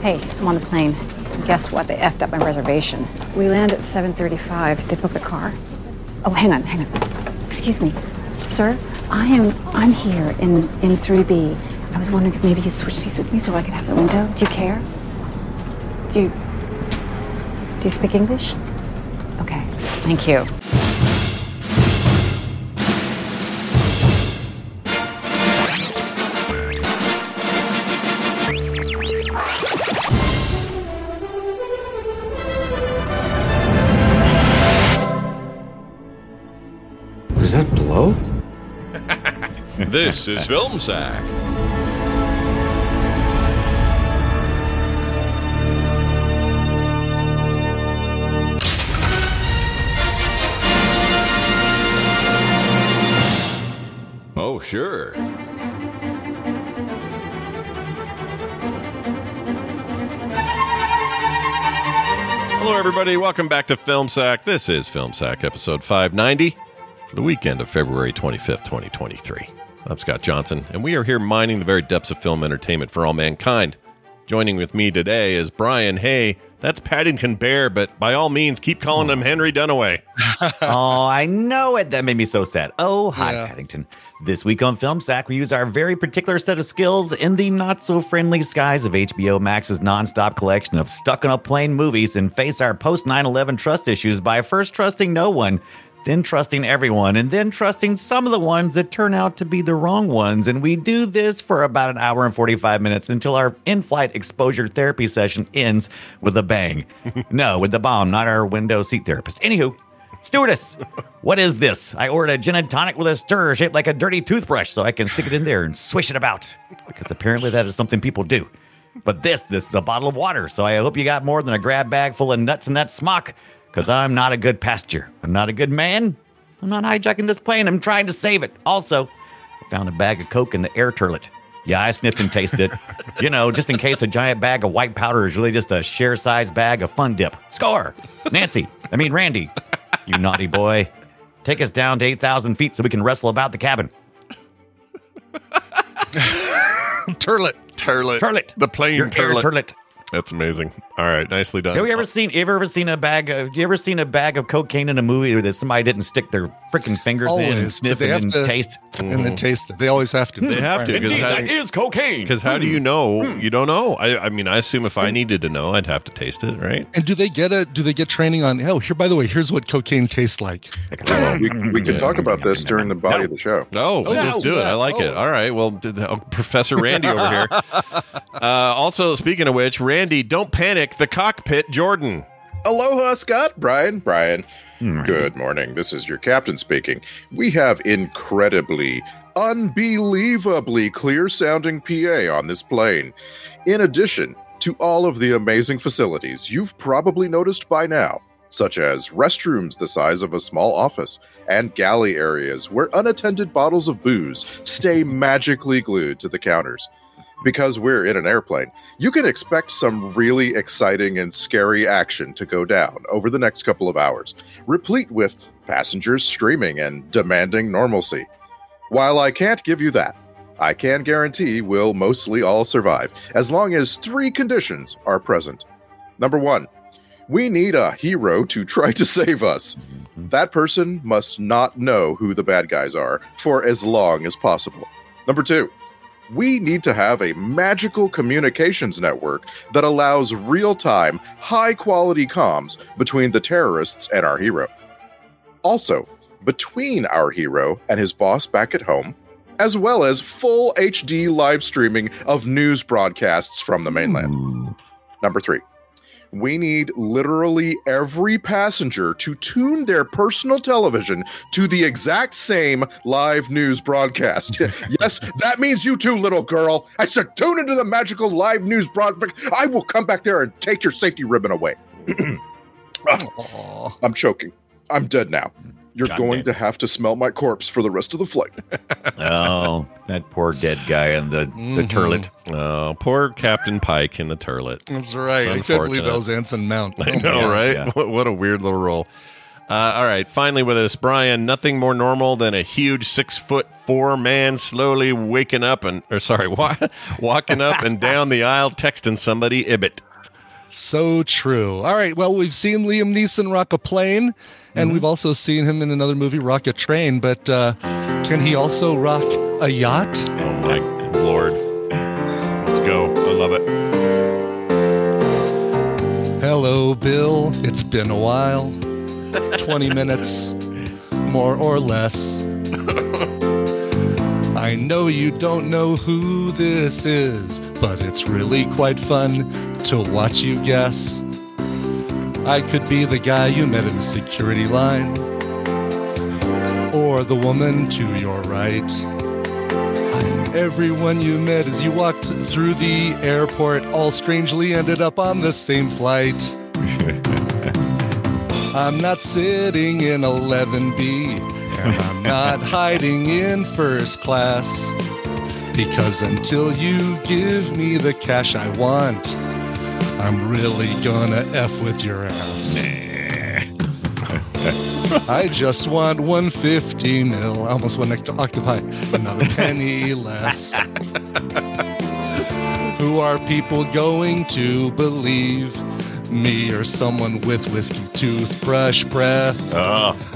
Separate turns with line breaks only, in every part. Hey, I'm on the plane. Guess what? They effed up my reservation. We land at 7:35. Did They book a car. Oh, hang on, hang on. Excuse me, sir. I am. I'm here in in 3B. I was wondering if maybe you'd switch seats with me so I could have the window. Do you care? Do you? Do you speak English? Okay. Thank you.
Was that blow?
This is Film Sack. Oh, sure. Hello, everybody. Welcome back to Film Sack. This is Film Sack, episode 590 for the weekend of February 25th, 2023. I'm Scott Johnson, and we are here mining the very depths of film entertainment for all mankind. Joining with me today is Brian Hay. That's Paddington Bear, but by all means, keep calling him Henry Dunaway.
oh, I know it. That made me so sad. Oh, hi,
Yeah.
Paddington. This week on Film Sack, we use our very particular set of skills in the not so friendly skies of HBO Max's nonstop collection of stuck on a plane movies and face our post 9 11 trust issues by first trusting no one, then trusting everyone, and then trusting some of the ones that turn out to be the wrong ones. And we do this for about an hour and 45 minutes until our in flight exposure therapy session ends with a bang. no, with the bomb, not our window seat therapist. Anywho, Stewardess, what is this? I ordered a gin and tonic with a stir shaped like a dirty toothbrush so I can stick it in there and swish it about. Because apparently that is something people do. But this, this is a bottle of water, so I hope you got more than a grab bag full of nuts in that smock. Because I'm not a good passenger. I'm not a good man. I'm not hijacking this plane. I'm trying to save it. Also, I found a bag of Coke in the air turlet. Yeah, I sniffed and tasted it. you know, just in case a giant bag of white powder is really just a share size bag of Fun Dip. Score! Nancy, I mean, Randy, you naughty boy. Take us down to 8,000 feet so we can wrestle about the cabin.
Turlet. Turlet.
Turlet.
The plane
Your air
turlet.
turlet.
That's amazing. All right, nicely done. Uh,
Have you ever seen? Ever ever seen a bag? Of, you ever seen a bag of cocaine in a movie that somebody didn't stick their freaking fingers in and
Always, 'cause
sniff
Oh, they have
and then
to-
taste?
And then taste it. They always have to.
They have to, 'cause
Indeed,
how-
that is cocaine.
Because how do you
Hmm.
know? You don't know. I, I mean, I assume if I needed to know, I'd have to taste it, right?
And do they get a do they get training on oh here by the way, here's what cocaine tastes like.
we, we can talk about this during the body of the show.
Oh,
Oh,
let's
no.
do it.
Yeah.
I like it.
Oh.
All right. Well, d- d- oh, Professor Randy over here. Uh, also, speaking of which, Randy, don't panic. The cockpit, Jordan.
Aloha, Scott, Brian, Brian. Good morning. This is your captain speaking. We have incredibly, unbelievably clear sounding PA on this plane. In addition to all of the amazing facilities you've probably noticed by now, such as restrooms the size of a small office and galley areas where unattended bottles of booze stay magically glued to the counters. Because we're in an airplane, you can expect some really exciting and scary action to go down over the next couple of hours, replete with passengers screaming and demanding normalcy. While I can't give you that, I can guarantee we'll mostly all survive as long as three conditions are present. Number one, we need a hero to try to save us. That person must not know who the bad guys are for as long as possible. Number two, we need to have a magical communications network that allows real time, high quality comms between the terrorists and our hero. Also, between our hero and his boss back at home, as well as full HD live streaming of news broadcasts from the mainland. Number three, we need literally every passenger to tune their personal television to the exact same live news broadcast. yes, that means you too, little girl. I said, tune into the magical live news broadcast. I will come back there and take your safety ribbon away. Ah,
Aw.
I'm choking. I'm dead now. You're
God
going
damn.
to have to smell my corpse for the rest of the flight.
oh, that poor dead guy in the, the
Mhm.
turlet.
Oh, poor Captain Pike in the turlet.
That's right.
It's
I couldn't believe
unfortunate.
that was Ensign Mount.
I know,
yeah,
right?
yeah.
What, what a weird little role. Uh, all right, finally with us, Brian. Nothing more normal than a huge six foot four man slowly waking up and, or sorry, wa- walking up and down the aisle texting somebody Ibbit.
So true. All right. Well, we've seen Liam Neeson rock a plane, and we've also seen him in another movie rock a train. But uh, can he also rock a yacht?
Oh my lord. Let's go. I love it.
Hello, Bill. It's been a while. 20 minutes, more or less. I know you don't know who this is, but it's really quite fun to watch you guess. I could be the guy you met in the security line, or the woman to your right. Everyone you met as you walked through the airport all strangely ended up on the same flight. I'm not sitting in 11B, and I'm not hiding in first class. Because until you give me the cash I want, I'm really gonna F with your ass. I just want 150 mil. I almost went to Occupy, but not a penny less. Who are people going to believe? Me or someone with whiskey toothbrush breath?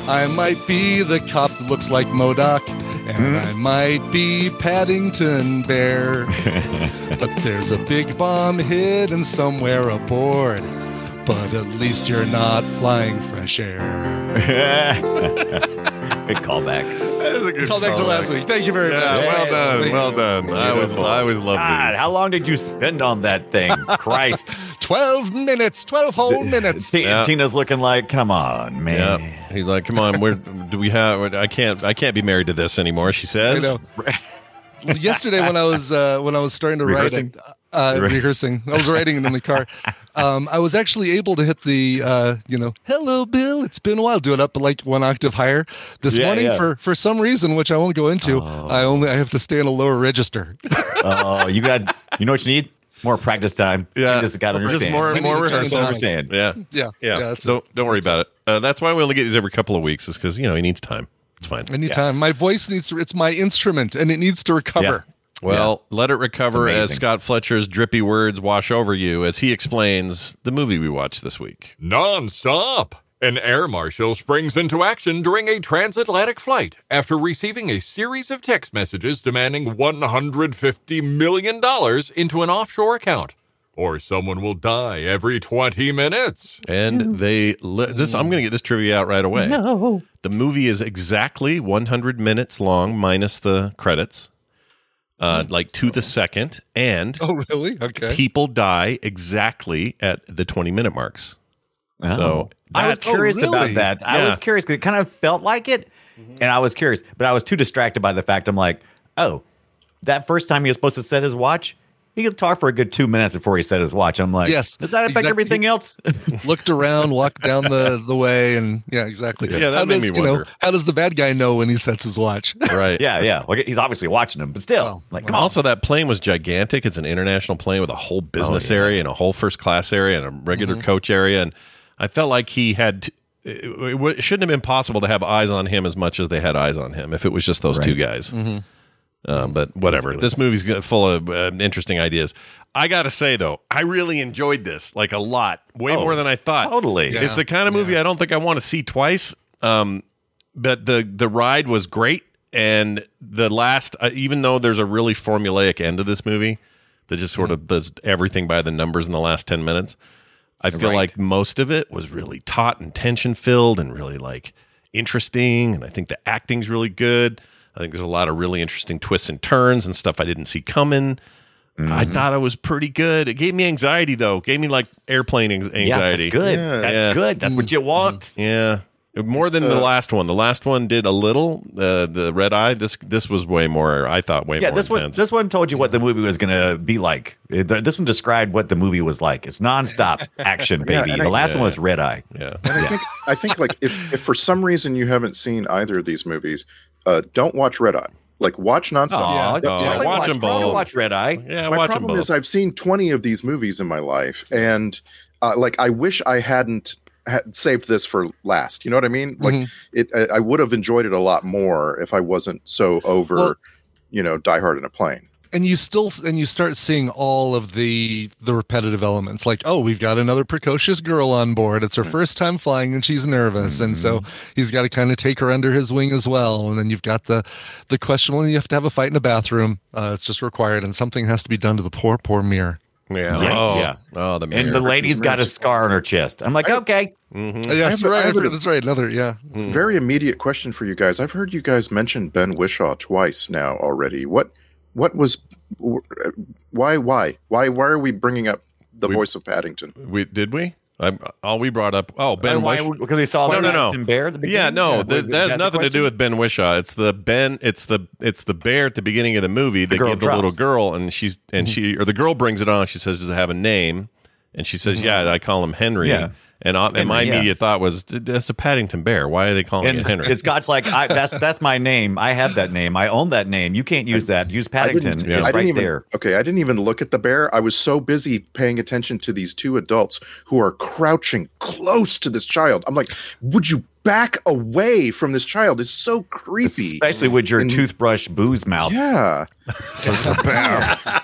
I might be the cop that looks like Modoc, and I might be Paddington Bear. but there's a big bomb hidden somewhere aboard. But at least you're not flying fresh air.
Good callback.
Call back to last week. Thank you very
Yeah,
much.
well done,
Thank
well
you.
done. I always, I always love
God,
these.
how long did you spend on that thing? Christ.
Twelve minutes. Twelve whole minutes.
T-
Yeah.
Tina's looking like, come on, man.
Yeah, he's like, come on, where do we have? I can't, I can't be married to this anymore. She
I
says,
know. Yesterday, when I was uh, when I was starting to
Rehearsing?
write, uh,
Re-
rehearsing, I was writing it in the car. Um, I was actually able to hit the uh, you know, hello, Bill. It's been a while. Do it up like one octave higher this
Yeah,
morning
yeah.
for for some reason, which I won't go into. I only I have to stay in a lower register.
Oh, you got, you know what you need? More practice time.
Yeah.
You just got to
Just
understand.
more-
We need to turn it
rehearsal.
down.
understand.
yeah,
Yeah,
yeah.
that's it.
don't, don't worry about it. Uh, that's why we only get these every couple of weeks, is because you know he needs time. It's fine.
Anytime my voice needs to, it's my instrument, and it needs to recover.
Yeah.
Well, let it recover
It's
as
amazing.
Scott Fletcher's drippy words wash over you as he explains the movie we watched this week.
Non-stop! An air marshal springs into action during a transatlantic flight after receiving a series of text messages demanding $150 million into an offshore account, or someone will die every 20 minutes.
And they li- this I'm going to get this trivia out right away.
No.
The movie is exactly 100 minutes long minus the credits. Uh,
Hmm.
like to the second and
Oh, really? Okay.
people die exactly at the 20 minute marks. So
Oh. I was
that's-
curious
Oh, really?
about that. I
Yeah.
was curious because it kind of felt like it, and I was curious, but I was too distracted by the fact I'm like, oh, that first time he was supposed to set his watch, he could talk for a good two minutes before he set his watch. I'm like,
Yes,
does that affect
exactly.
everything else?
looked around, walked down the the way, and yeah, exactly.
Yeah, that
how
made
does,
me
you know,
wonder.
how does the bad guy know when he sets his watch?
right.
yeah, yeah. Like he's obviously watching him, but still,
Well,
like,
And
come on. Oh,
Also, that plane was gigantic. It's an international plane with a whole business
yeah. Mm-hmm.
area and a whole first class area and a regular coach area. And I felt like he had. It, it wa- it shouldn't have been possible to have eyes on him as much as they had eyes on him if it was just those two guys. Um, but whatever. This movie's g- full of uh, interesting ideas. I gotta say though, I really enjoyed this like a lot, way
Oh,
more than I thought.
totally.
it's the kind of movie I don't think I want to see twice. Um, but the the ride was great, and the last, uh, even though there's a really formulaic end to this movie that just sort
Mm-hmm.
of does everything by the numbers in the last ten minutes, I feel
Right.
like most of it was really taut and tension filled, and really like interesting. And I think the acting's really good. I think there's a lot of really interesting twists and turns and stuff I didn't see coming. I
Mm-hmm.
thought it was pretty good. It gave me anxiety though. It gave me like airplane anx-
Yeah,
anxiety.
that's good.
Yeah.
That's
Yeah. Mm-hmm.
good. That's what you want.
Yeah. More than
uh,
the last one. The last one did a little. Uh, the red eye. This this was way more. I thought way
Yeah,
more
this one
intense.
this one told you what the movie was gonna be like. Uh, th- This one described what the movie was like. It's nonstop action,
Yeah,
baby.
and
the
I-
last
Yeah.
one was Red Eye.
yeah.
And I think I think like if, if for some reason you haven't seen either of these movies, uh, don't watch Red Eye. Like watch nonstop.
Aw,
Oh, Yeah,
I
yeah,
watch,
watch 'em
I
both.
watch Red Eye.
Yeah.
My
watch them
problem
both.
is I've seen twenty of these movies in my life, and uh, like I wish I hadn't had saved this for last. You know what I mean? Like
Mm-hmm.
it, I, I would have enjoyed it a lot more if I wasn't so over,
Well-
you know, Die Hard in a plane.
and you still and you start seeing all of the the repetitive elements like oh we've got another precocious girl on board it's her first time flying and she's nervous and so
Mm-hmm.
he's got to kind of take her under his wing as well and then you've got the the questionable and you have to have a fight in a bathroom uh, it's just required and something has to be done to the poor poor mirror
Yeah.
Yeah.
Oh,
Yeah.
oh, the mirror.
And the lady's got a scar on her chest. I'm like, okay.
Mm-hmm.
Uh, yes
have a- I
right I
have a-
forgot- that's right another yeah
Hmm.
Very immediate question for you guys. I've heard you guys mention Ben Wishaw twice now already. What, what was, uh, why, why, why, why are we bringing up the
We-
voice of Paddington?
we did we? I, all we brought up. Oh, Ben.
And why?
Wish-
Because we saw
no,
the
no, no.
rats and bear. At the
yeah,
beginning?
no,
was
that,
it-
that has
the
nothing to do
question?
with Ben Wishaw. It's the Ben. It's the it's the bear at the beginning of the movie that
girl
gave the little
drops. Mm-hmm.
girl, and she's and she or the girl brings it on. She says, "Does it have a name?" And she says, "Yeah, I call him Henry."
Mm-hmm. Yeah.
And, I, and my
Henry, yeah.
immediate thought was, "D- "That's a Paddington bear. Why are they calling
And
it Henry?"
it's Scott's like, I, that's that's my name. I have that name. I own that name. You can't use that. Use Paddington. It's
I didn't
right
even,
there.
Okay, I didn't even look at the bear. I was so busy paying attention to these two adults who are crouching close to this child. I'm like, would you back away from this child? It's so creepy.
Especially with your
And-
toothbrush booze mouth.
yeah.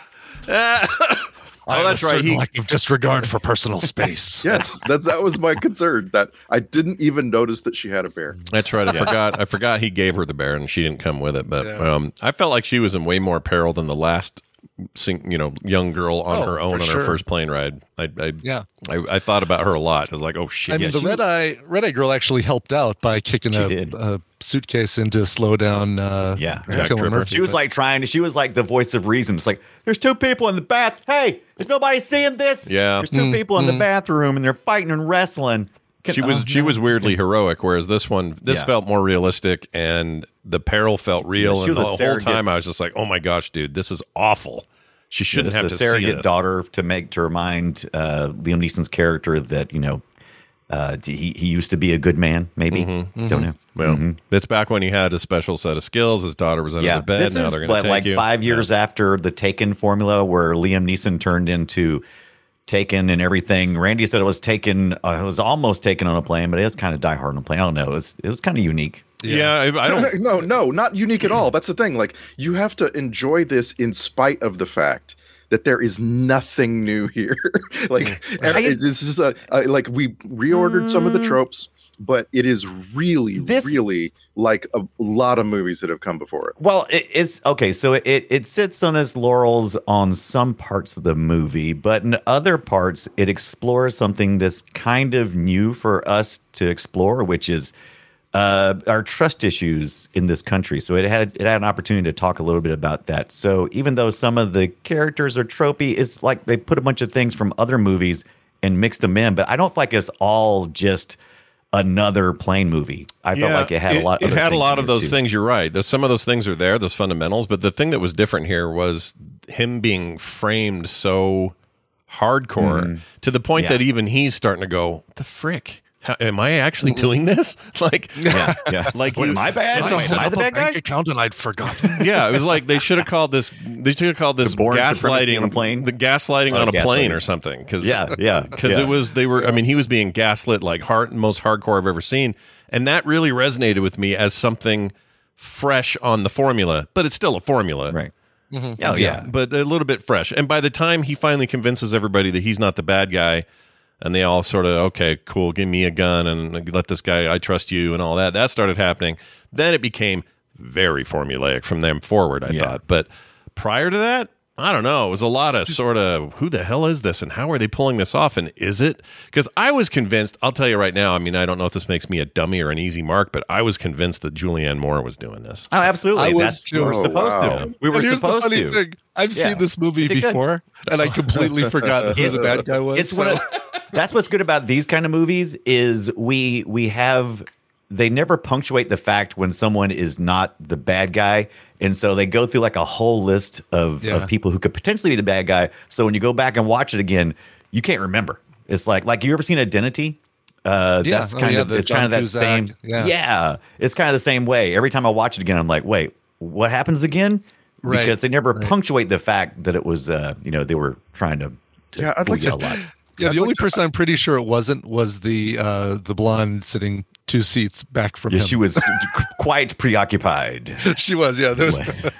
I
Oh, that's right, he-
lack of disregard for personal space
Yes, that's that was my concern that I didn't even notice that she had a bear.
That's right. I forgot. I forgot he gave her the bear, and she didn't come with it. But
Yeah.
um, I felt like she was in way more peril than the last, sing, you know, young girl on
Oh,
her own
for
on
sure.
her first plane ride. I, I
Yeah.
I, I thought about her a lot. I was like, oh shit.
I mean,
yeah,
the
she-
red eye red eye girl actually helped out by kicking
She
a,
did.
a suitcase into slow down. Uh,
Yeah.
Jack
Kilmer
Tripper.
Murphy,
She was
but-
like trying to, she was like the voice of reason. It's like, there's two people in the bath. Hey, there's nobody seeing this.
Yeah.
There's two
Mm,
people in the
mm.
bathroom and they're fighting and wrestling. Can-
she was
oh,
she
no.
was weirdly heroic, whereas this one this
Yeah.
felt more realistic, and the peril felt real.
she
and the
was a
whole
surrogate.
time, I was just like, oh my gosh, dude, this is awful. She
Yeah,
shouldn't
this
have
is
to
a
see
surrogate
this.
daughter to make to remind uh, Liam Neeson's character that you know uh, he he used to be a good man. Maybe don't
Mm-hmm.
know.
Mm-hmm. Well,
Mhm.
it's back when he had a special set of skills. His daughter was under
yeah,
the bed.
this
now
is
they're going to
what,
take
like
you.
five
Yeah.
years after the Taken formula, where Liam Neeson turned into Taken and everything. Randy said it was Taken. Uh, it was almost Taken on a plane, but it was kind of Die Hard on a plane. I don't know. It was it was kind of unique.
Yeah, I, I
No,
don't.
no, no, not unique at all. That's the thing. Like you have to enjoy this in spite of the fact that there is nothing new here. like every- this is a, a like we reordered some of the tropes, but it is really,
This-
really like a lot of movies that have come before it.
Well, it, it's okay. So it it sits on its laurels on some parts of the movie, but in other parts, it explores something that's kind of new for us to explore, which is uh, our trust issues in this country. So it had it had an opportunity to talk a little bit about that. So even though some of the characters are tropey, it's like they put a bunch of things from other movies and mixed them in. But I don't feel like it's all just another plain movie. I felt like it had a lot.
It
other
had a
things
lot
in
of
there,
those
too.
things. You're right. There's some of those things are there, those fundamentals. But the thing that was different here was him being framed so hardcore to the point
Mm-hmm. Yeah.
that even he's starting to go, "What "The frick, How, am I actually doing this?" Like, yeah,
Mm-hmm. yeah.
like
Wait,
you-
am I bad?
It's
Am I
like-
set up a bank
account and I'd forgotten.
yeah, it was like they should have called this. They should have called this
The Bourne supremacy
gaslighting
on a plane?
The gaslighting
Oh,
on a plane
gaslighting.
or something. Because
Yeah, yeah,
because
yeah.
it was they were. I mean, he was being gaslit like hard, most hardcore I've ever seen, and that really resonated with me as something fresh on the formula. But it's still a formula,
Right. Oh yeah.
But a little bit fresh. And by the time he finally convinces everybody that he's not the bad guy. And they all sort of okay, cool. Give me a gun and let this guy. I trust you and all that. That started happening. Then it became very formulaic from them forward. I thought, but prior to that, I don't know. It was a lot of sort of who the hell is this and how are they pulling this off and is it? Because I was convinced. I'll tell you right now. I mean, I don't know if this makes me a dummy or an easy mark, but I was convinced that Julianne Moore was doing this.
Oh, absolutely.
I was
That's we
too.
were
Oh,
supposed
wow.
to. We were
and here's
supposed
the funny
to.
thing: I've
Yeah.
seen this movie
Pretty good.
before, and I completely forgot who
It's-
the bad guy was.
It's one of, that's what's good about these kind of movies is we we have they never punctuate the fact when someone is not the bad guy. And so they go through like a whole list of,
Yeah.
of people who could potentially be the bad guy. So when you go back and watch it again, you can't remember. It's like like you ever seen Identity? Uh,
Yeah.
that's
Oh,
kind
yeah,
of
the
it's kind of
John
that
Cusack.
same
Yeah.
yeah, it's kind of the same way. Every time I watch it again, I'm like, wait, what happens again?
Right,
Because they never
right.
punctuate the fact that it was, uh, you know, they were trying to. to
Yeah, I'd like
fool you
to-
a lot.
Yeah,
That
the only
looks-
person I'm pretty sure it wasn't was the uh, the blonde sitting two seats back from
Yeah,
him.
she was quite preoccupied.
she was. Yeah, there was,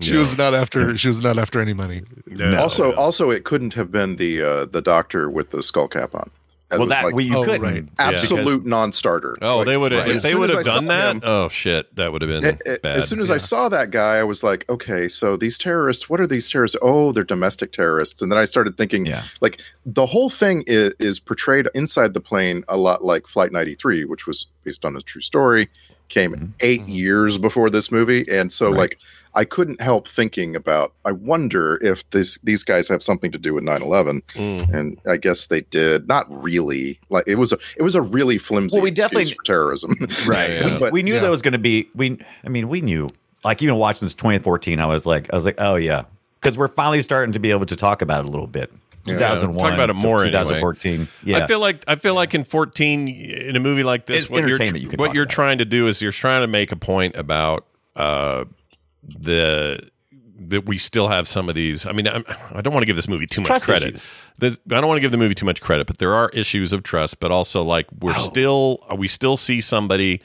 she
Yeah.
was not after. She was not after any money.
No,
also,
no.
also, it couldn't have been the uh, the doctor with the skull cap on. That
well,
was
that
like
well, you
oh,
couldn't.
right.
absolute non-starter.
Oh,
Like,
they would have.
right.
If
As
they
soon
would
as
have
I saw
done that,
him-
oh shit, that would have been
A- a-
bad.
as soon as I saw that guy, I was like, okay, so these terrorists, what are these terrorists? Oh, they're domestic terrorists. And then I started thinking,
Yeah.
like, the whole thing is, is portrayed inside the plane a lot like Flight 93, which was based on a true story, came
Mhm.
8 years before this movie. And so,
Right.
like, I couldn't help thinking about, I wonder if this, these guys have something to do with 9 11.
Mm.
And I guess they did. Not really. Like, it was a, it was a really flimsy
Well, we
excuse
definitely-
for terrorism.
Right, yeah.
but
we knew
yeah.
that was going to be. We, I mean, we knew. Like even watching this 2014, I was like, I was like, oh yeah, because we're finally starting to be able to talk about it a little bit.
Yeah.
2001,
Talk about it more anyway.
2014. Yeah,
I feel like I feel like in fourteen in a movie like this,
It's
what you're
entertainment you can
what
talk
you're
about.
trying to do is you're trying to make a point about uh, the that we still have some of these. I mean, I'm, I don't want to give this movie too much
Trust
credit.
issues.
This, I don't want to give the movie too much credit, but there are issues of trust. But also, like we're
Oh.
still we still see somebody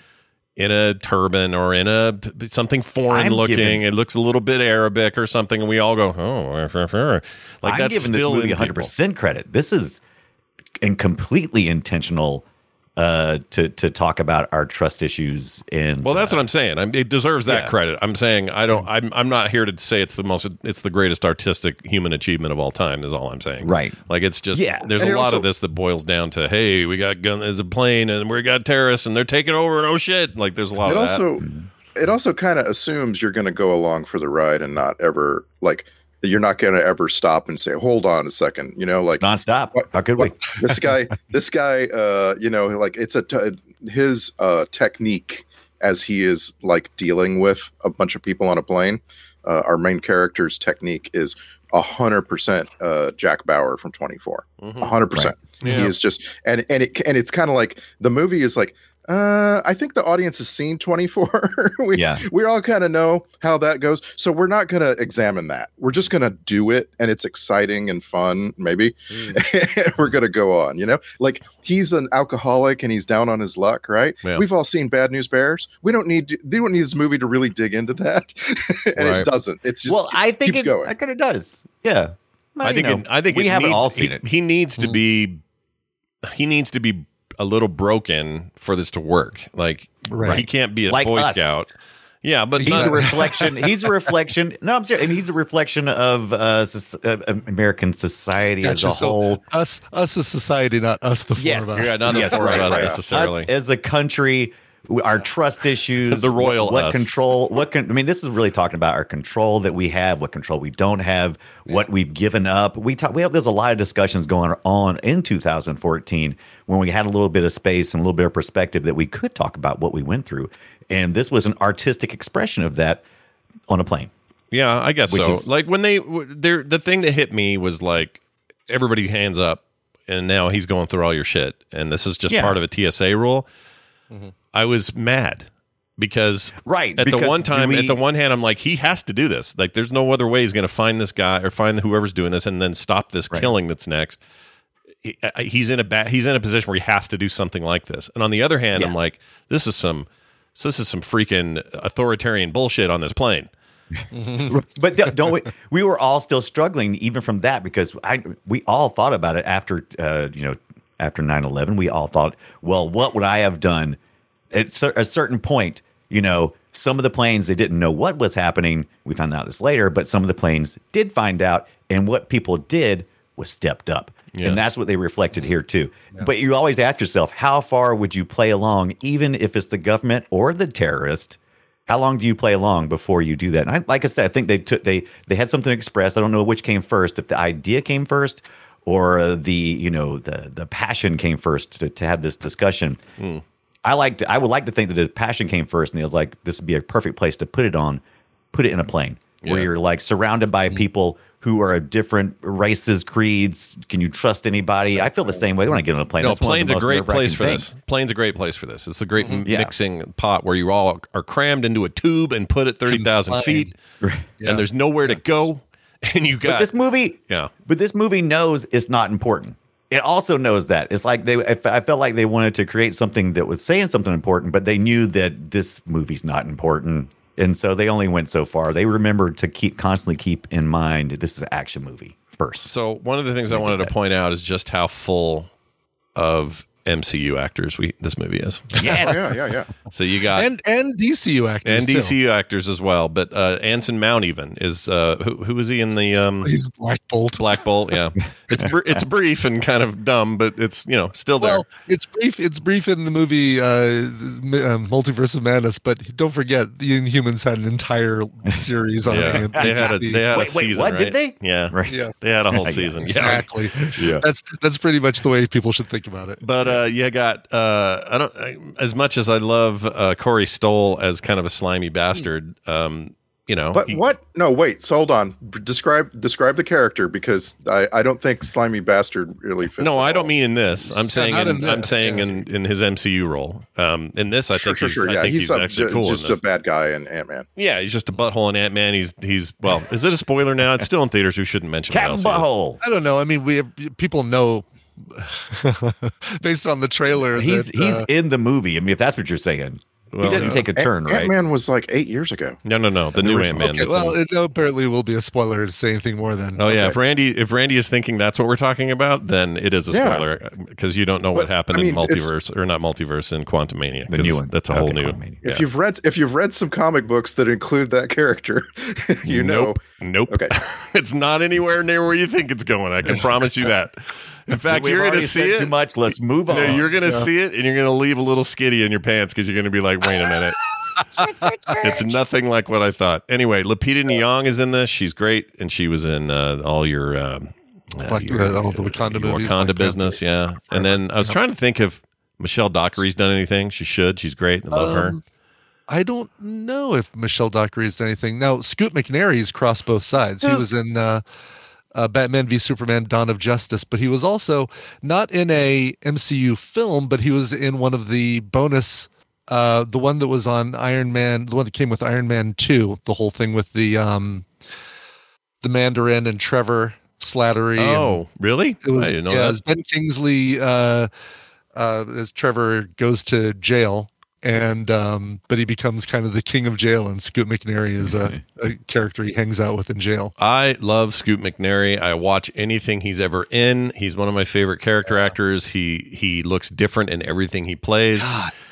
in a turban or in a something foreign
I'm
looking.
giving-
it looks a little bit Arabic or something, and we all go, oh, like
I'm
that's
giving
still
this movie
in
100
people.
percent credit. This is uh, and completely intentional uh, to to talk about our trust issues and
Well, that's what I'm saying. I'm, it deserves that
Yeah. Mm-hmm.
credit. I'm saying I don't. I'm, I'm not here to say it's the most. It's the greatest artistic human achievement of all time. Is all I'm saying.
Right.
Like it's just.
Yeah.
There's
And
a
it
lot
also-
of this that boils down to hey, we got gun. There's a plane, and we got terrorists, and they're taking over, and oh shit. Like there's a lot
it
of that.
also it also kind of assumes you're going to go along for the ride and not ever like you're not going to ever stop and say hold on a second you know like
it's nonstop.
What-
How could
what- this guy this guy uh you know like it's a t- his uh technique as he is like dealing with a bunch of people on a plane uh, our main character's technique is 100% uh, jack bauer from 24
Mm-hmm.
Mhm.
100% he is just and and it and it's kind of like the movie is like uh i think the audience has seen 24
we?
we
Yeah,
we all kind of know how that goes so we're not going to examine that we're just going to do it and it's exciting and fun maybe
Mm.
we're going to go on you know like he's an alcoholic and he's down on his luck right
Yeah.
we've all seen bad news bears we don't need they don't need this movie to really dig into that and
Right.
it doesn't it's just
well, I think
keeps
it,
going.
I kind of does. Yeah, Well,
I
you
think.
know,
it, I think
we
it
haven't
need-
all seen
he,
it.
He needs
Mm-hmm.
to be. He needs to be a little broken for this to work. Like
Right.
he can't be a
Like
boy
us.
scout. Yeah, but
He's
not-
a reflection. He's a reflection. No, I'm serious. And he's a reflection of uh, soc- uh, American society as
Gotcha.
a
So
whole.
us, us as society, not us the four
Yes.
of us.
yeah, not the
Yes,
four
right,
of us
right.
necessarily.
Us as a country, w- our trust issues,
The royal
what, what
us.
control, what con- I mean, this is really talking about our control that we have, what control we don't have, what we've given up. We talk. We have there's a lot of discussions going on in 2014 when we had a little bit of space and a little bit of perspective that we could talk about what we went through, and this was an artistic expression of that on a plane.
Yeah, I guess
Which
so.
is-
like when they, they the thing that hit me was like everybody hands up, and now he's going through all your shit, and this is just
Yeah. Mm-hmm.
part of a TSA rule. I was mad because
Right,
at the
because
one
do
time, at
we-
the one hand, I'm like, he has to do this. Like, there's no other way he's going to find this guy or find whoever's doing this, and then stop this killing that's next. He- I- he's in a ba- he's in a position where he has to do something like this. And on the other hand, I'm
Yeah.
like, this is some so this is some freaking authoritarian bullshit on this plane.
but don't- don't we? We were all still struggling even from that because I we all thought about it after uh, you know after 9-11. We all thought, well, what would I have done at cer- a certain point? You know, some of the planes they didn't know what was happening. We found out this later, but some of the planes did find out, and what people did was stepped up.
Yeah.
And that's what they reflected here too. But you always ask yourself, how far would you play along, even if it's the government or the terrorist? how long do you play along before you do that? And I, like I said, I think they took they they had something expressed. I don't know which came first, if the idea came first or uh, the you know the the passion came first to, to have this discussion.
Hmm.
I like to, I would like to think that the passion came first, and it was like this would be a perfect place to put it on, put it in a plane where
Yeah. Hmm.
you're like surrounded by people who are of different races, creeds. Can you trust anybody? I feel the same way when I get on a plane.
No,
That's one of
plane's
the
a
most
great
nerve-wracking
place for
things. Mm-hmm.
this. Plane's a great place for this. It's a great m-
Yeah.
mixing pot where you all are crammed into a tube and put at thirty thousand feet, and there's nowhere to go, and you
But
got
this movie,
yeah.
But this movie knows it's not important. it also knows that it's like they. I fe- I felt like they wanted to create something that was saying something important, but they knew that this movie's not important, and so they only went so far. They remembered to keep constantly keep in mind this is an action movie first.
So one of the things I
did
wanted to
that.
point out is just how full of MCU actors we this movie is.
Yes.
Yeah, yeah, yeah.
So you got
and and DCU actors
Uh, and
too.
DCU actors as well, but uh, Anson Mount even is uh, who who is he in the um,
He's Black Bolt.
Black Bolt? Yeah, it's br- it's brief and kind of dumb, but it's you know still there.
Well, it's brief. It's brief in the movie uh, m- uh, Multiverse of Madness, but don't forget the Inhumans had an entire series on
yeah,
it.
they had a they had a
Wait, wait,
season.
what?
right?
Did they?
Yeah,
Right.
yeah,
they had a whole
Yeah.
season. Yeah.
exactly.
Yeah.
That's that's pretty much the way people should think about it.
But uh, you got uh, I don't I, as much as I love uh, Corey Stoll as kind of a slimy bastard. Um, you know,
But
he-
what? No, wait. So hold on. B- Describe describe the character because I, I don't think slimy bastard really fits.
No,
at
I
all.
don't mean in this. I'm
Yeah,
saying
not
in,
in
I'm
this.
saying in, in his MCU role. Um, in this, I
Sure,
think
sure,
he's,
sure.
I
Yeah,
think he's,
he's, a-
actually
ju-
cool. in
just a
this.
bad guy in Ant Man.
yeah, he's just a butthole in Ant Man. He's he's well. Is it a spoiler now? It's still in theaters. We shouldn't mention. what
Captain
else he is.
Butthole.
I don't know. I mean, we have, people know based on the trailer.
He's
that,
he's
uh,
in the movie. I mean, if that's what you're saying,
Well,
he doesn't take a turn, right?
Ant Man was like eight years ago.
No, no, no. The, new Ant Man.
okay, well, it apparently will be a spoiler to say anything more than.
oh yeah. If Randy if Randy is thinking that's what we're talking about, then it is a
Yeah.
spoiler because you don't know what
But,
happened
I
in
mean, it's-
multiverse or not multiverse in Quantum Mania.
The new one.
That's a whole
Okay,
new.
Quantumania.
If you've read if you've read some comic books that include that character, you know.
nope, Nope.
Okay.
it's not anywhere near where you think it's going. I can promise you that. In fact,
We've
you're going to
already
see
said
it.
Too much. Let's move on.
No, you're going to see it and you're going to leave a little skitty in your pants because you're going to be like, wait a minute. it's nothing like what I thought. Anyway, Lupita Nyong is in this. She's great. And she was in uh, all your. Um, uh,
Black- all the Wakanda
your
movies,
Wakanda
Black
business, yeah. And then I was trying to think if Michelle Dockery's done anything. She should. She's great. I love her.
Um, I don't know if Michelle Dockery has done anything. Now, Scoot McNairy's crossed both sides. He was in uh, uh, Batman v Superman: Dawn of Justice, but he was also not in a MCU film, but he was in one of the bonus, uh, the one that was on Iron Man, the one that came with Iron Man Two, the whole thing with the um, the Mandarin and Trevor Slattery. and-
Oh, really?
it was,
I didn't know
yeah, it
that.
was Ben Kingsley uh, uh, as Trevor goes to jail, and um, but he becomes kind of the king of jail, and Scoot McNairy is a, a character he hangs out with in jail.
I love Scoot McNairy. I watch anything he's ever in. He's one of my favorite character actors. He he looks different in everything he plays.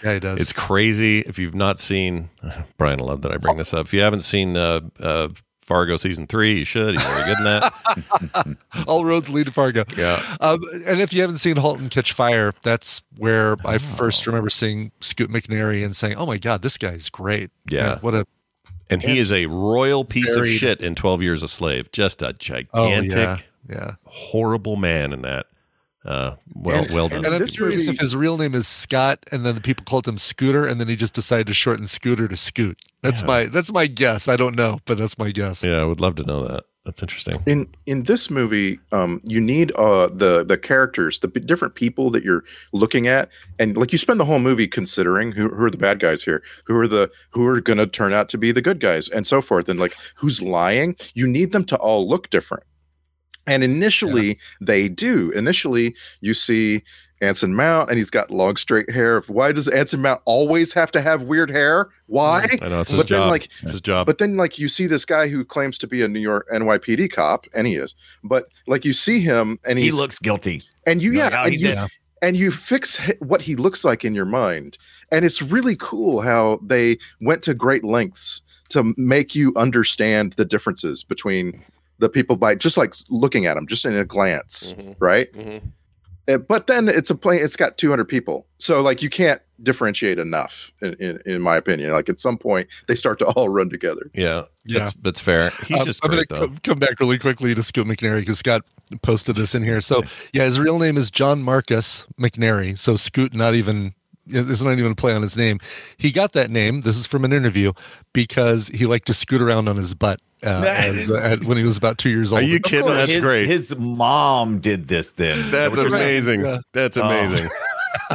Yeah, he does.
It's crazy. If you've not seen Brian, I love that I bring this up. If you haven't seen uh, uh, Fargo season three, you should. He's very good in that.
All roads lead to Fargo.
yeah.
Um, and if you haven't seen *Halt and Catch Fire*, that's where I first
Oh.
remember seeing Scoot McNairy and saying, "Oh my God, this guy's great!"
Yeah.
Man, what a
And he is a royal piece of
Very-
shit in Twelve Years a Slave. Just a gigantic,
oh yeah, yeah.
horrible man in that. Uh, well,
And-
well
and
done.
And I'm
This
curious
movie-
if his real name is Scott, and then the people called him Scooter, and then he just decided to shorten Scooter to Scoot. That's my that's my guess. I don't know, but that's my guess.
yeah, I would love to know that. That's interesting.
In in this movie, um, you need uh the the characters, the b- different people that you're looking at, and like you spend the whole movie considering who, who are the bad guys here, who are the who are gonna turn out to be the good guys, and so forth, and like who's lying. You need them to all look different, and initially they do. Initially, you see. Anson Mount, and he's got long straight hair. Why does Anson Mount always have to have weird hair? Why?
I know it's his
But
job.
then, like,
it's his job.
but then, like, you see this guy who claims to be a New York NYPD cop, and he is. But like, you see him, and
He
he's
looks guilty.
and you
No,
yeah,
no,
and
he's
you
in.
and you fix h- what he looks like in your mind, and it's really cool how they went to great lengths to make you understand the differences between the people by just like looking at them, just in a glance,
Mm-hmm.
right? Uh, But then it's a plane. It's got 200 people, so like you can't differentiate enough, in, in, in my opinion. Like at some point, they start to all run together.
Yeah,
Yeah.
that's, that's fair. He's
Um,
just
I'm
great,
gonna
though.
come, come back really quickly to Scoot McNairy because Scott posted this in here. So yeah, his real name is John Marcus McNairy. So Scoot, not even it's not even a play on his name. He got that name. This is from an interview because he liked to scoot around on his butt uh, as, at, when he was about two years
Are
old.
you kidding?
His-
That's great.
His mom did this then.
That's
Which is-
amazing.
Yeah.
That's
Oh.
amazing.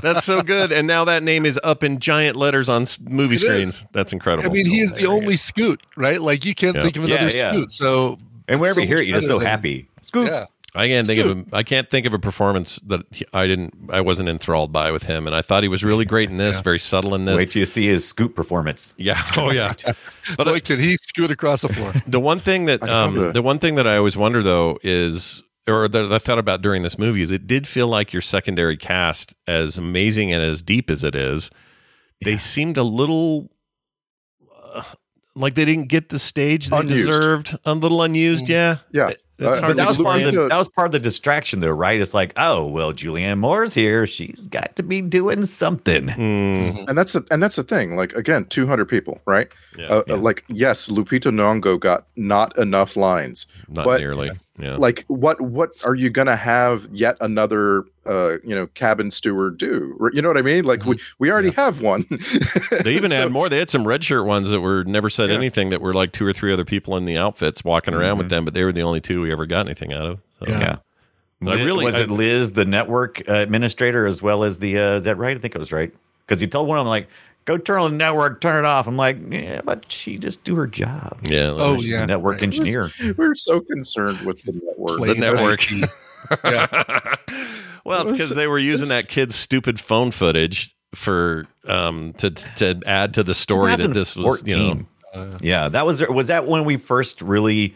That's so good. And now that name is up in giant letters on s- movie
It
screens.
is.
That's incredible.
I mean, he is the
There you
only Scoot, right? Like you can't
Yeah.
think of another
Yeah, yeah.
Scoot. So
And wherever
so
you hear
much
it, you're just so
better than-
happy. Scoop.
Yeah.
go. I can't think of a, I can't think of a performance that he, I didn't I wasn't enthralled by with him, and I thought he was really great in this, very subtle in this.
Wait till you see his scoop performance.
Yeah. Oh yeah. But
Boy, can he scoot across the floor.
the one thing that um,
kinda-
the one thing that I always wonder though is, or that I thought about during this movie is, it did feel like your secondary cast, as amazing and as deep as it is, they seemed a little uh, like they didn't get the stage they
Unused.
deserved, a little unused. Yeah,
Eh,
Yeah.
It- it's hard
Uh, but
to
That was, part of
explain.
the, that was part of the distraction, though, right? It's like, oh, well, Julianne Moore's here. She's got to be doing something.
Mm.
and that's the, and that's the thing. Like again, two hundred people, right?
Yeah.
uh,
Yeah.
Like yes, Lupita Nyong'o got not enough lines.
Not
but-
nearly. Yeah.
Like what what are you gonna have yet another uh you know cabin steward do? You know what I mean? Like we we already have one.
they even
So-
had more. They had some red shirt ones that were never said
Yeah.
anything that were like two or three other people in the outfits walking around with
Mm-hmm.
them, but they were the only two we ever got anything out of. So,
Yeah.
But I
Li-
really-
was
I-
it Liz, the network uh, administrator, as well as the uh, is that right? I think it was right because he told one of them like, "Go turn on the network, turn it off." I'm like, yeah, but she just do her job.
Yeah.
Oh,
She's a
yeah,
network
right.
engineer.
We're so concerned with the network.
Play
network.
IT. yeah.
Oh,
well, it's because they were using that kid's stupid phone footage for um to to add to the story that this was you know
2014. yeah, that was was that when we first really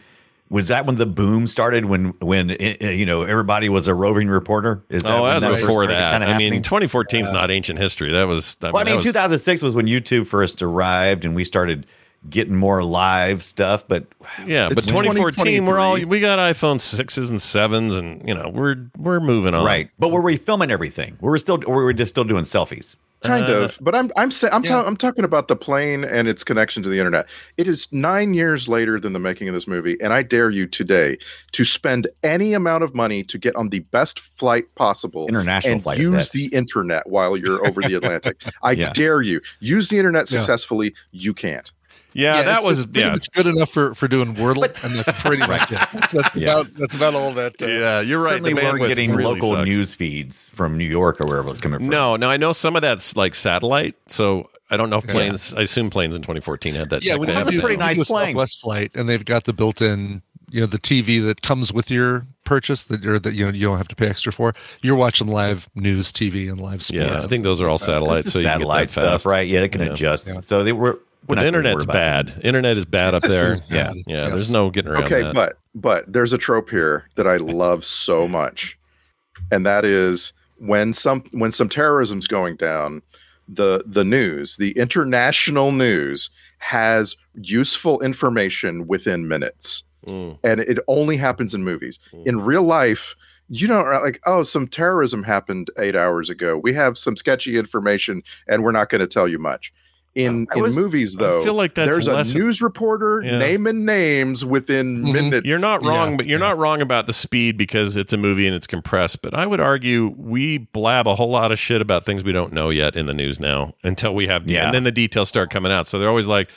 was that when the boom started when when uh, uh, you know everybody was a roving reporter. Is
oh that
when first
was before
started
that
kinda
I mean
happening?
2014 is not ancient history that was I mean,
Well, I
that
mean,
was-
2006 was when YouTube first arrived and we started getting more live stuff. But
yeah but
It's
2014 we're all
2023.
we got iPhone sixes and sevens and you know we're we're moving on
right, but were we filming everything? Were we still, or were we just still doing selfies?
kind
Uh,
of but i'm i'm sa- i'm,
yeah.
ta- I'm talking about the plane and its connection to the internet it is 9 years later than the making of this movie and i dare you today to spend any amount of money to get on the best flight possible
International
and
flight at
use
that.
the internet while you're over the atlantic i
Yeah.
dare you use the internet
Yeah.
successfully you can't
yeah, that
it's-
was
it's pretty
yeah
much good enough for for doing Wordle, and that's pretty much it. That's, that's
Yeah.
about that's about all that. Uh,
yeah you're right
Certainly weren't
bandwidth
getting
really
local
sucks.
news feeds from New York or wherever it was coming from.
No, no, I know some of that's like satellite. So I don't know if planes. I assume planes in 2014 had that.
Yeah,
tech
when
they
you
have
that's a
do-
now.
pretty nice
you do a
plane.
Southwest flight, and they've got the built-in, you know, the TV that comes with your purchase that or that you know you don't have to pay extra for. You're watching live news TV and live sports.
Yeah, I think those are all
Uh, This
satellite.
is
So you can get
satellite
that
stuff,
fast.
right? Yeah, it can
Yeah.
adjust. So they were.
But
we're not
the
gonna worry
internet's
about that.
bad. Internet is bad up there.
This is
yeah,
bad.
Yeah,
Yes.
there's no getting around
okay
that.
but but there's a trope here that i love so much and that is when some when some terrorism's going down the the news the international news has useful information within minutes
Mm.
and it only happens in movies in real life you don't like oh some terrorism happened eight hours ago we have some sketchy information and we're not going to tell you much in
I
in
was-
movies
I
though
feel like that's
there's
less-
a news reporter
Yeah. Mm-hmm.
naming names within
Mhm.
minutes
You're not wrong,
yeah,
but you're not wrong about the speed because it's a movie and it's compressed. But I would argue we blab a whole lot of shit about things we don't know yet in the news now until we have,
Yeah.
and then the details start coming out. So they're always like,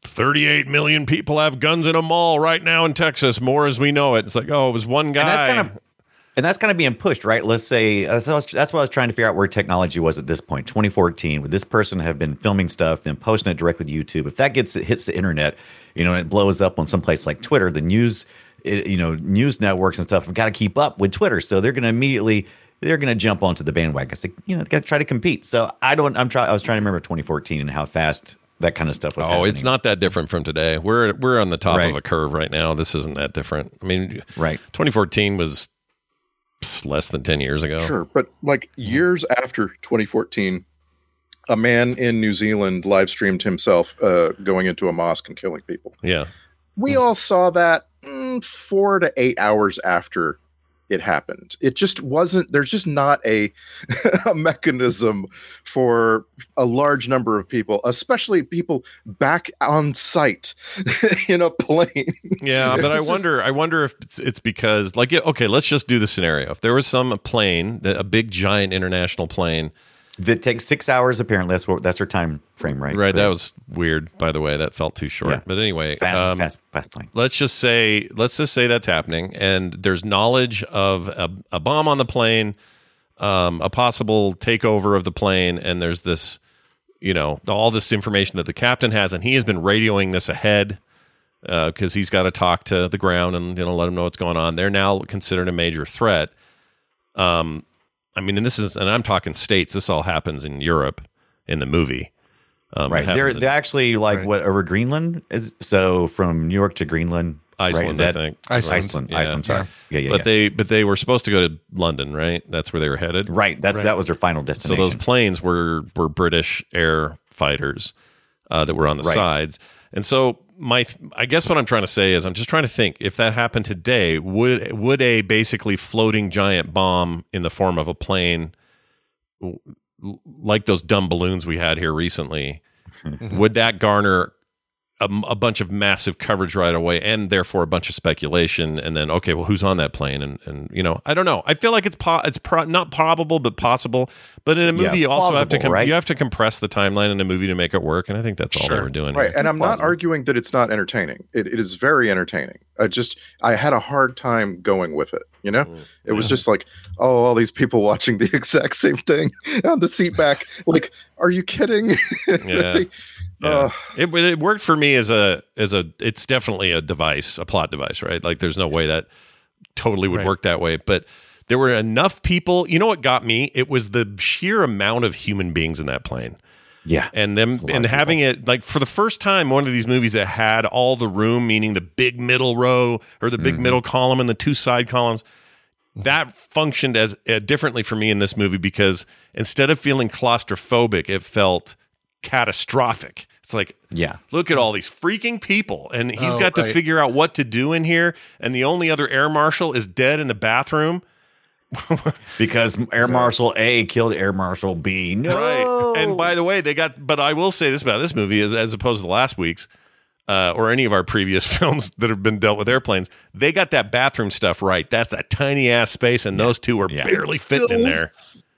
38 million people have guns in a mall right now in Texas, more as we know it. It's like, oh, it was one guy.
And that's kind of. And that's kind of being pushed, right? Let's say that's what, I was, that's what I was trying to figure out where technology was at this point, 2014. Would this person have been filming stuff, then posting it directly to YouTube? If that gets it hits the internet, you know, and it blows up on some place like Twitter, the news, it, you know, news networks and stuff have got to keep up with Twitter, so they're going to immediately they're going to jump onto the bandwagon. It's like you know, they got to try to compete. So I don't. I'm trying. I was trying to remember 2014 and how fast that kind of stuff was.
Oh,
happening.
it's not that different from today. We're we're on the top
Right.
of a curve right now. This isn't that different. I mean,
Right.
2014 was pss, less than 10 years ago.
sure but like
Mm.
years after 2014 a man in new zealand live streamed himself uh, going into a mosque and killing people
Yeah.
we all saw that mm, four to eight hours after it happened. It just wasn't. There's just not a, a mechanism for a large number of people, especially people back on site in a plane.
Yeah, but I
It's just-
wonder. I wonder if it's, it's because, like, yeah, okay, let's just do the scenario. If there was some plane, that- a big giant international plane,
that takes six hours. Apparently, that's what that's her time frame, right?
right? That was weird, by the way. That felt too short.
Yeah.
But anyway,
fast,
um,
fast, fast plane.
let's just say, let's just say that's happening, and there's knowledge of a, a bomb on the plane, um, a possible takeover of the plane, and there's this, you know, all this information that the captain has, and he has been radioing this ahead. because he's got to talk to the ground and you know let him know what's going on. They're now considered a major threat. Um, I mean, and this is, and I'm talking states. This all happens in Europe in the movie. Um, it
right.
happens
They're
in
they're actually like
Right.
what over Greenland is so from New York to Greenland. right?
Iceland,
Is that-
I think.
Iceland.
Iceland.
Yeah.
Iceland. Sorry. Yeah. Yeah.
but
yeah.
they but they were supposed to go to London, right? That's where they were headed.
right. That's
Right.
that was their final
So
destination.
those planes were were British air fighters uh, that were on the
Right.
sides, and so my th- I guess what I'm trying to say is I'm just trying to think if that happened today would would a basically floating giant bomb in the form of a plane w- like those dumb balloons we had here recently Mm-hmm. would that garner a, m- a bunch of massive coverage right away and therefore a bunch of speculation and then okay well who's on that plane and and you know i don't know i feel like it's po- it's pro- not probable but possible but in a movie
Yeah,
you also have to
plausible,
com-
right?
you have to compress the timeline in a movie to make it work and i think that's all they
Sure.
were doing
Right,
here.
and I'm not
plausible.
arguing that it's not entertaining. It, it is very entertaining. I just I had a hard time going with it. You know,
Mm,
it was just like, oh, all these people watching the exact same thing on the seat back. Like, are you kidding?
Yeah.
They-
Yeah.
uh,
it, but it worked for me as a as a it's definitely a device a plot device right like there's no way that totally would
Right.
work that way but there were enough people you know what got me it was the sheer amount of human beings in that plane
yeah.
and them
It's a lot
and
of people.
having it like for the first time one of these movies that had all the room meaning the big middle row or the
Mm-hmm.
big middle column and the two side columns that functioned as uh, differently for me in this movie because instead of feeling claustrophobic it felt catastrophic it's like
Yeah.
look at all these freaking people and he's
Oh,
got to
right.
figure out what to do in here and the only other air marshal is dead in the bathroom
Because Air Marshal A killed Air Marshal B. No.
Right. And by the way, they got. But I will say this about this movie is, as opposed to last week's uh, or any of our previous films that have been dealt with airplanes, they got that bathroom stuff right. That's that tiny ass space, and those two were
Yeah.
barely fitting in
Still-
there.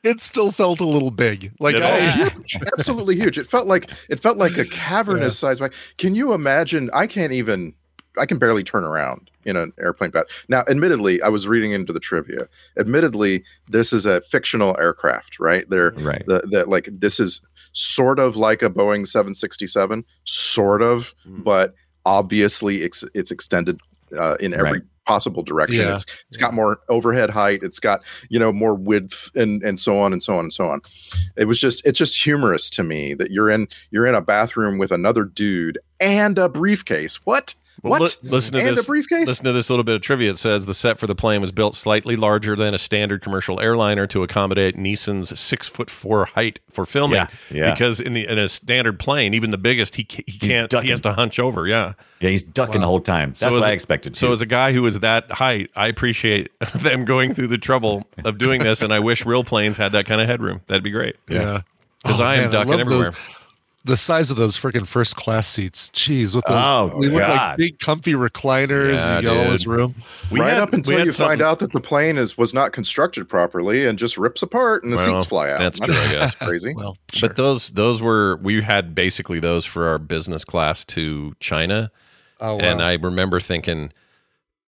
It still felt a little big. Like oh,
Did
I,
huge, absolutely huge. It felt like it felt like a cavernous size. Like, can you imagine? I can't even. I can barely turn around in an airplane path. Now, admittedly, I was reading into the trivia. Admittedly, this is a fictional aircraft, right? They're
Right.
the, the like this is sort of like a Boeing 767, sort of,
Hmm.
but obviously it's it's extended uh, in every
Right.
possible direction.
Yeah.
It's it's got more overhead height. It's got you know more width and and so on and so on and so on. It was just it's just humorous to me that you're in you're in a bathroom with another dude and a briefcase. What?
Well,
what?
li- listen to
and
this.
a briefcase?
Listen to this little bit of trivia. It says the set for the plane was built slightly larger than a standard commercial airliner to accommodate Neeson's six foot four height for filming.
Yeah, yeah.
Because in the in a standard plane, even the biggest, he ca- he can't. He
ducking.
has to hunch over. Yeah.
Yeah, he's ducking the whole time. That's
as
what I
a-
expected.
So
too.
as a guy who was that height, I appreciate them going through the trouble of doing this, and I wish real planes had that kind of headroom. That'd be great.
yeah. Oh,
'Cause I am ducking
love
everywhere.
Those, the size of those freaking first class seats. Jeez, with those
Oh,
they look
God.
like big comfy recliners
Yeah,
in Yellow's
dude.
room.
We
right
had-
up until
we had
you
something-
find out that the plane is was not constructed properly and just rips apart and the
Well,
seats fly out.
that's true, I guess.
crazy.
Well,
But those those were we had basically those for our business class to China,
oh, wow.
and uh, I remember thinking.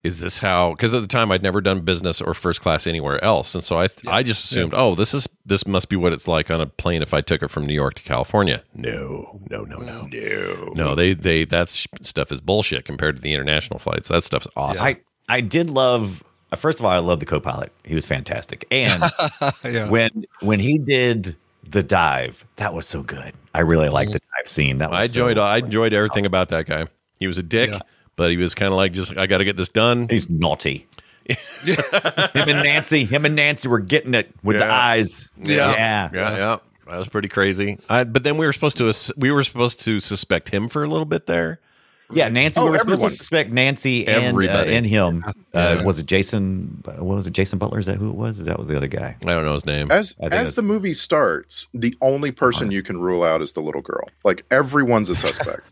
Is this how? Because at the time I'd never done business or first class anywhere else, and so I th- I just assumed, oh, this is this must be what it's like on a plane if I took it from New York to California. No, no, no, no,
no.
No, they they that sh- stuff is bullshit compared to the international flights. That stuff's awesome.
I I did love. uh, First of all, I love the co-pilot. He was fantastic. And
yeah.
when when he did the dive, that was so good. I really liked the dive scene. That was
Mm. I,
so-
enjoyed I enjoyed everything about that guy. He was a dick,
Yeah.
but he was kind of like just I got to get this done.
He's naughty. him and Nancy, him and Nancy were getting it with the
Yeah.
eyes.
Yeah.
yeah,
Yeah, yeah, that was pretty crazy. I, but then we were supposed to ass- we were supposed to suspect him for a little bit there.
Yeah, Nancy.
Oh,
we were supposed
everyone.
to suspect Nancy and, uh,
Everybody.
and him. Uh,
Yeah.
was it Jason? uh, What was it? Jason Butler? Is that who it was? Is that was the other guy?
I don't know his name.
As
I think
as the movie starts, the only person you can rule out is the little girl. Like everyone's a suspect,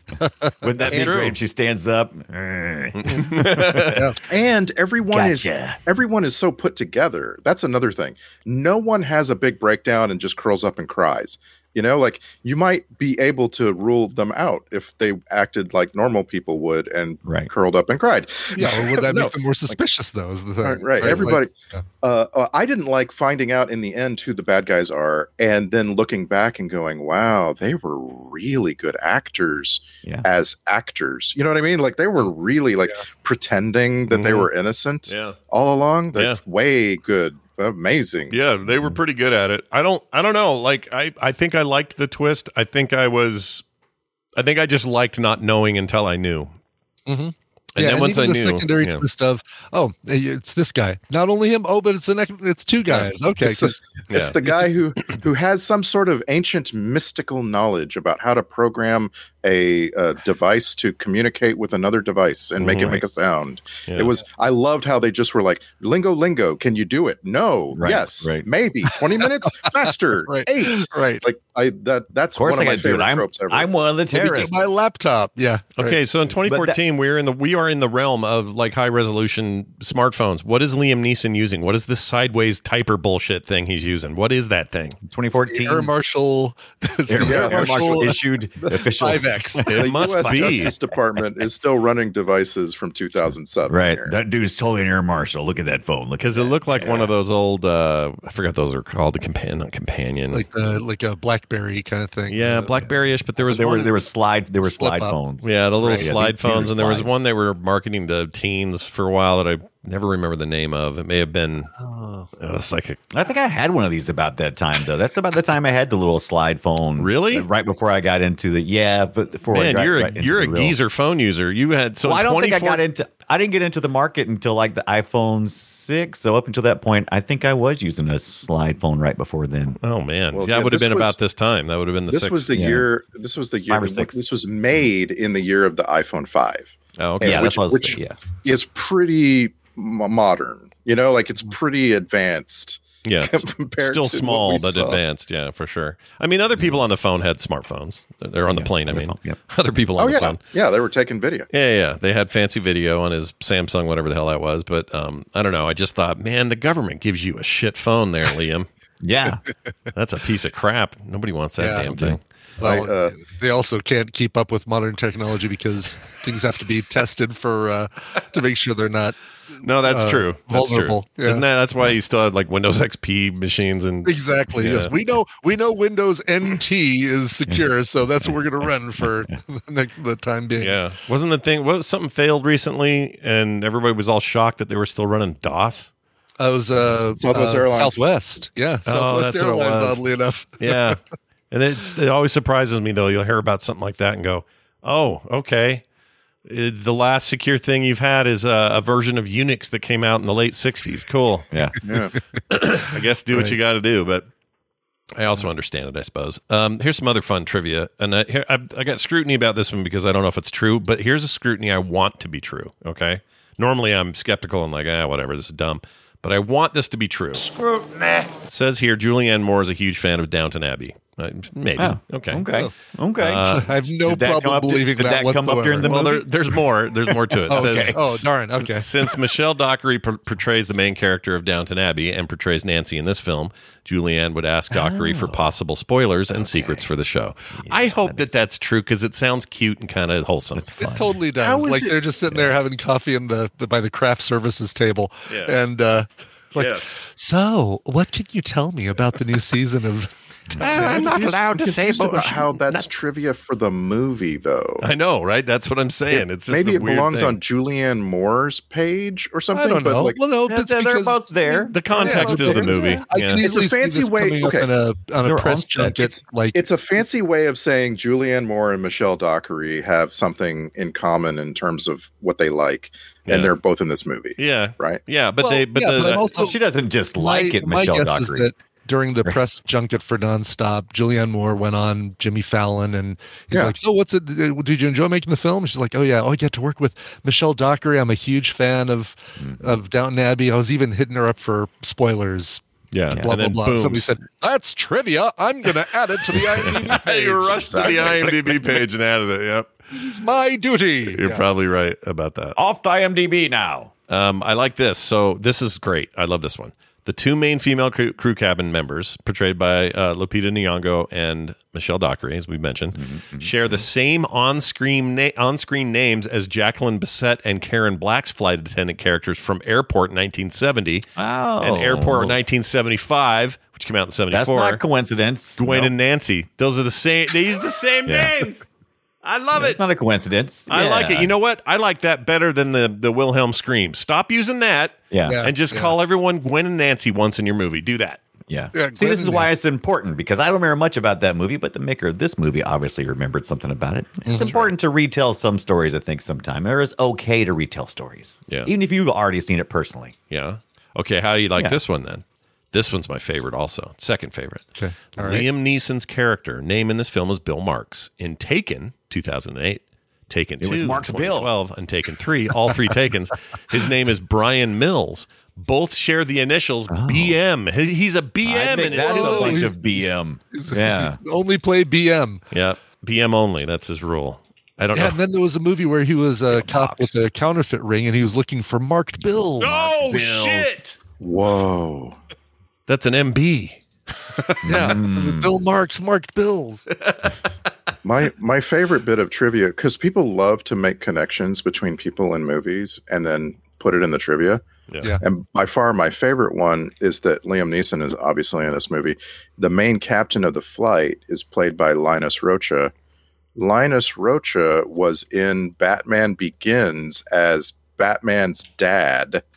Wouldn't that be
Andrew.
great if she stands up? Mm.
and everyone
Gotcha.
is everyone is so put together. That's another thing. No one has a big breakdown and just curls up and cries. You know, like you might be able to rule them out if they acted like normal people would and
Right.
curled up and cried.
Yeah, or would that
No,
make them more suspicious, though? Is the thing.
Right, right.
Like,
Everybody-
yeah.
uh, uh, I didn't like finding out in the end who the bad guys are, and then looking back and going, "Wow, they were really good actors
Yeah.
as actors." You know what I mean? Like they were really like pretending that they
Mhm.
were innocent
Yeah.
all along. Like,
Yeah.
way good, amazing.
Yeah, they were pretty good at it. I don't I don't know. Like I I think I liked the twist. I think I was I think I just liked not knowing until I knew.
Mhm.
And
yeah,
then
and
once
even
I
the
knew,
secondary
yeah.
twist of oh, it's this guy, not only him. Oh, but it's the next, it's two guys. Okay,
It's the,
'cause-
it's
Yeah.
the guy who who has some sort of ancient mystical knowledge about how to program a, uh device to communicate with another device and make it make a sound.
Yeah.
It was I loved how they just were like lingo lingo. Can you do it? No.
Right,
yes.
right.
Maybe twenty minutes faster.
Right.
Eight.
right.
Like I that that's
Of course,
one
I
of my
got to do it.
favorite
I'm
tropes ever.
I'm one of the
Let me get
terrorists.
my laptop. Yeah. right.
Okay, so in 2014 we're in the we are in the realm of like high resolution smartphones. What is Liam Neeson using? What is this sideways typer bullshit thing he's using? What is that thing?
2014
Air Marshal. it's the
Air-
Yeah,
Air Marshal issued official.
5X.
It
the
must
US
be.
Justice Department is still running devices from 2007.
Right,
here.
that dude's totally an air marshal. Look at that phone. Look at
Because it
that.
looked like one of those old uh I forgot those are called the companion not companion.
like the like a BlackBerry kind of thing.
yeah,
Uh,
BlackBerry-ish, but there was
there
one,
were there were slide there were
Flip
slide
up.
phones.
Yeah, the little
Right,
yeah,
slide
these
phones,
computer
and there was
slides.
one they were marketing to teens for a while that I never remember the name of. It may have been
Oh.
it was like a
I think I had one of these about that time though. That's about the time I had the little slide phone.
Really?
Right before I got into the yeah, but before I
man.
got,
you're a,
right into
you're a
the real-
geezer phone user. You had so
well, I
in
don't think I
24
got into. I didn't get into the market until like the iPhone six. So up until that point, I think I was using a slide phone right before then.
Oh man,
Well,
that
yeah,
would have
this
been
was-
about this time. That would have been the
This
sixth.
was the
yeah.
year. This was the year.
Five or six.
This was made in the year of the iPhone five.
oh, okay.
Yeah,
Yeah,
that's
which-
what I was
which-
saying, yeah.
is pretty m- modern. You know, like it's
Mm.
pretty advanced
yeah. it's
compared
Still
to what
small
we
but
saw.
advanced, yeah, for sure. I mean, other people on the phone had smartphones. They're on the plane. I
on the
mean,
phone, yep.
other people on
Oh
the
yeah,
phone.
yeah, they were taking video.
Yeah, yeah. They had fancy video on his Samsung, whatever the hell that was. But um, I don't know. I just thought, man, the government gives you a shit phone there, Liam.
Yeah,
That's a piece of crap. Nobody wants that
Yeah.
damn thing.
Well,
I, uh,
they also can't keep up with modern technology because things have to be tested for uh, to make sure they're not
No, that's
uh,
true. That's
vulnerable.
true.
Yeah.
Isn't that that's why you still had like Windows XP machines and
exactly.
Yeah.
Yes, we know we know Windows NT is secure, so that's what we're going to run for the next the time being.
yeah. Wasn't the thing what something failed recently and everybody was all shocked that they were still running DOS?
I was uh,
Southwest
uh,
Airlines.
Southwest. Oh, Yeah, Southwest
that's what it
Airlines.
was.
Oddly enough,
Yeah. and it's it always surprises me though. You'll hear about something like that and go, "Oh, okay." Uh, The last secure thing you've had is uh, a version of Unix that came out in the late 60s. Cool.
yeah.
Yeah.
I guess do what you got to do, but I also understand it, I suppose. Um, here's some other fun trivia, and I, here, I, I got scrutiny about this one because I don't know if it's true, but here's a scrutiny I want to be true. Okay, normally I'm skeptical and like, ah, whatever, this is dumb, but I want this to be true. Scrutiny it says here, Julianne Moore is a huge fan of Downton Abbey. Uh, maybe
Oh,
okay,
Okay. Okay.
Uh,
I have no
Did that come
problem
up- did-
believing
did
that,
that come
whatsoever.
up during the
Well, there,
movie?
there's more. There's more to it. It says,
oh darn. Okay.
Since Michelle Dockery por- portrays the main character of Downton Abbey and portrays Nancy in this film, Julianne would ask Dockery
Oh.
for possible spoilers and secrets for the show. I hope that that's true because it sounds cute and kind of wholesome.
That's fun.
It totally does.
How is
like
it-
they're just sitting there having coffee in the, the by the craft services table,
Yeah.
and uh, like,
Yes.
so what can you tell me about the new season of?
I'm not allowed to say about Oh, uh, how that's trivia for the movie though.
I know, right? That's what I'm saying. It's just
Maybe
a
it
weird
belongs
thing.
on Julianne Moore's page or something.
I don't
but
know.
like,
well, no,
Yeah,
it's
they're
because
both there.
The context
Yeah,
of the
it's-
movie.
I
Yeah.
can
It's a
easily see
fancy
this
way-
coming
okay.
up in a on
They're
a
on
press
set.
junket. Like
it's a fancy way of saying Julianne Moore and Michelle Dockery have something in common in terms of what they like,
Yeah.
and they're both in this movie.
Yeah.
Right.
Yeah. But
Well,
they, but
yeah,
the,
but I'm also-
So she doesn't just like
my,
it,
my
Michelle
guess
Dockery.
is that during the press junket for nonstop, Julianne Moore went on Jimmy Fallon, and he's
Yeah.
like, "So what's it? uh, Did you enjoy making the film?" And she's like, "Oh yeah, oh I get to work with Michelle Dockery. I'm a huge fan of
Mm-hmm.
of Downton Abbey. I was even hitting her up for spoilers."
yeah.
Blah
and then
blah blah.
boom.
Somebody said that's trivia. I'm going to add it to the IMDb
Hey, you
page.
rushed to the IMDb page and added it. Yep.
It's my duty.
You're probably right about that.
Off to IMDb now.
Um, I like this. So this is great. I love this one. The two main female crew, crew cabin members, portrayed by uh, Lupita Nyong'o and Michelle Dockery, as we mentioned,
Mm-hmm,
share the same on-screen na- on-screen names as Jacqueline Bisset and Karen Black's flight attendant characters from Airport 1970
Oh,
and Airport 1975, which came out in
That's
74.
not coincidence.
Dwayne
No,
and Nancy. Those are the same. They use the same
Yeah.
names. I love
that's
it.
not a coincidence.
I like it.
Yeah.
You know what? I like that better than the the Wilhelm scream. Stop using that
Yeah.
Yeah.
and just call everyone Gwen and Nancy once in your movie. Do that.
Yeah.
Yeah,
See, this is
Glenn-
why it's important because I don't remember much about that movie, but the maker of this movie obviously remembered something about it. It's important to retell some stories, I think, sometime. Or it's okay to retell stories.
Yeah.
Even if you've already seen it personally.
Yeah. Okay. How do you like
Yeah.
this one then? This one's my favorite, also. Second favorite.
Okay. All right.
Liam Neeson's character name in this film is Bill Marks. In Taken 2008, Taken
It
2,
was Marks Bill.
2012, and Taken 3, all three Takens, his name is Brian Mills. Both share the initials BM. He- He's a
I
BM in
think
his
that's a
Whoa,
movie.
bunch
he's-
of BM.
He's-
Yeah.
Only play BM.
Yeah, BM only. That's his rule. I don't
Yeah,
know.
and then there was a movie where he was a cop with a counterfeit ring and he was looking for marked bills.
Oh
Bills.
shit!
Whoa.
That's an MB.
Yeah.
Mm.
Bill Marks, marked bills.
My my favorite bit of trivia because people love to make connections between people in movies and then put it in the trivia.
Yeah.
Yeah.
And by far my favorite one is that Liam Neeson is obviously in this movie. The main captain of the flight is played by Linus Rocha. Linus Rocha was in Batman Begins as Batman's dad.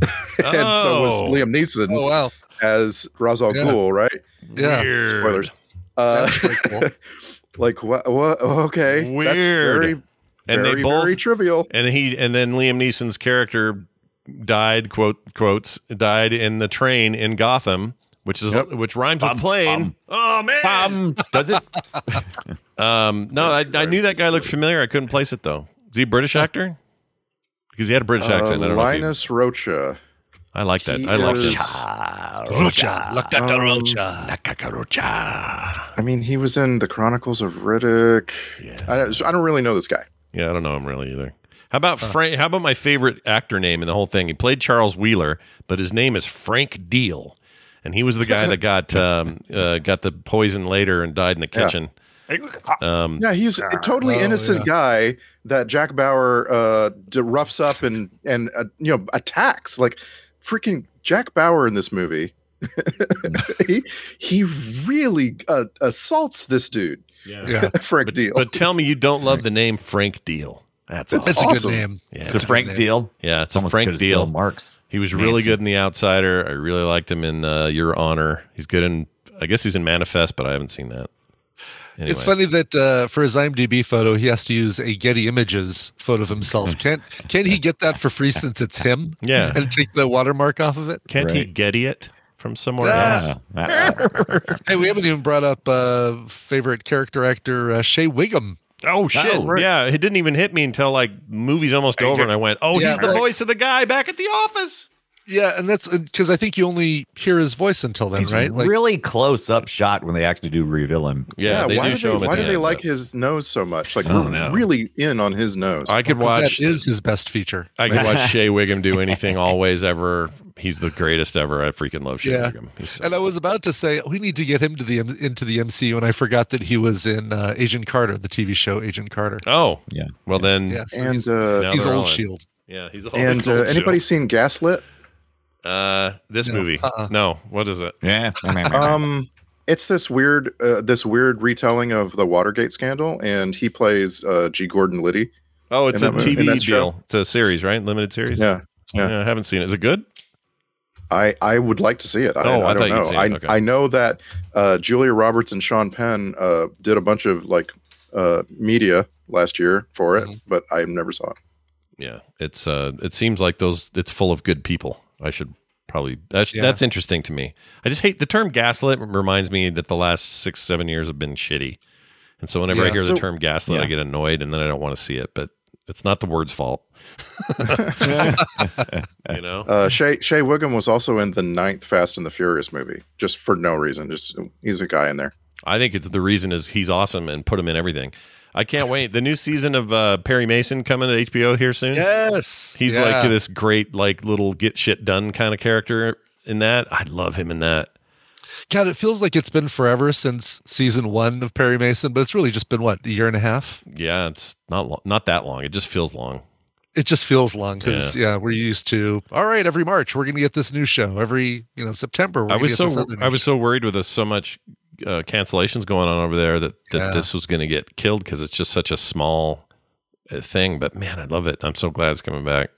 and so was
Oh.
Liam Neeson
Oh, wow.
as Ra's al
Yeah.
Ghul, right?
Yeah.
Weird.
Spoilers. Uh,
That's pretty cool.
like what? What? Okay,
Weird.
That's very,
And
very,
they both
very trivial.
and he and then Liam Neeson's character died quote quotes died in the train in Gotham, which is which rhymes
Bum,
with plane. oh man.
Bum. Does it?
Um, no, I, I knew that guy looked familiar. I couldn't place it though. Is he a British actor? Because he had a British accent. I
Uh,
don't know. If
Linus Rocha.
he, I like that.
he
I like
is-
this.
Rocha. La
Um,
Cucaracha.
I mean, he was in the Chronicles of Riddick.
Yeah.
I don't, I don't really know this guy.
Yeah, I don't know him really either. How about Frank? How about my favorite actor name in the whole thing? He played Charles Wheeler, but his name is Frank Deal, and he was the guy that got um, uh, got the poison later and died in the
Yeah.
kitchen. Um,
Yeah, he's a totally
Oh,
innocent
yeah.
guy that Jack Bauer uh, d- roughs up and and uh, you know attacks. Like freaking Jack Bauer in this movie, he he really uh, assaults this dude
Yeah.
for a
but,
deal.
but tell me you don't love the name Frank Deal. That's awesome.
That's a good
awesome.
name.
Yeah,
It's a Frank deal.
yeah, it's a
Almost as good
Frank
as Bill
Deal.
Marks.
He was really
Nancy.
good in The Outsider. I really liked him in uh, Your Honor. He's good in. I guess he's in Manifest, but I haven't seen that. Anyway.
It's funny that uh, for his IMDb photo, he has to use a Getty Images photo of himself. Can can he get that for free since it's him?
Yeah.
and take the watermark off of it.
Can't he
Right.
get it from somewhere else?
Yeah.
Hey, we haven't even brought up uh, favorite character actor uh, Shea Wiggum.
Oh shit!
right.
Yeah, it didn't even hit me until like movies almost over, and I went, "Oh,
Yeah,
he's the
right.
voice of the guy back at the office."
Yeah, and that's because I think you only hear his voice until then,
He's
right? Like,
really close up shot when they actually do reveal him.
Yeah, they
why
do
do
show
they,
him. at
why
the
do they
end,
like
but
his nose so much? Like
I don't
we're
know.
really in on his nose.
I could
'cause
watch.
that is his best feature.
I could watch Shea Wiggum do anything, always, ever. He's the greatest ever. I freaking love Shea
Yeah.
Wiggum. He's so-
And I was about to say we need to get him to the M- into the MCU, and I forgot that he was in uh, Agent Carter, the TV show Agent Carter.
oh
Yeah.
Well then,
Yeah, so
and
he's,
uh,
now
he's
they're all
old
in.
Shield.
Yeah, he's all
and
he's
uh,
old
anybody seen Gaslit?
show. Uh, this
No,
movie?
uh-uh.
No. What is it?
Yeah.
Um, it's this weird uh, this weird retelling of the Watergate scandal, and he plays uh, G. Gordon Liddy.
Oh, it's
In
a
that movie- in
TV
that show.
deal. It's a series, right? Limited series.
Yeah, yeah.
I haven't seen it. Is it good?
I, I would like to see it. I,
Oh, I thought
I, don't
you'd
know.
seen
I,
it. Okay.
I know that uh, Julia Roberts and Sean Penn uh, did a bunch of like uh, media last year for
Mm-hmm.
it, but I never saw it.
Yeah, it's uh, it seems like those. It's full of good people. I should probably that's
Yeah.
that's interesting to me. I just hate the term gaslit. Reminds me that the last six seven years have been shitty, and so whenever I
Yeah,
hear
so-
the term gaslit, I
Yeah.
get annoyed, and then I don't want to see it. But it's not the word's fault, you know.
Uh, Shay Shay Wiggum was also in the ninth Fast and the Furious movie, just for no reason. Just he's a guy in there.
I think it's the reason is he's awesome and put him in everything. I can't wait. The new season of uh, Perry Mason coming to HBO here soon.
Yes,
He's
Yeah.
like this great, like little get shit done kind of character, in that. I love him in that.
God, it feels like it's been forever since season one of Perry Mason, but it's really just been what a year and a half.
Yeah, it's not lo- not that long. It just feels long.
It just feels long because yeah. we're used to all right. Every March, we're going to get this new show. Every you know September, we're
I
gonna
was
get
so
this other new
I was
show.
so worried with us so much uh, cancellations going on over there that, that
Yeah.
this was going to get killed because it's just such a small uh, thing. But man, I love it. I'm so glad it's coming back.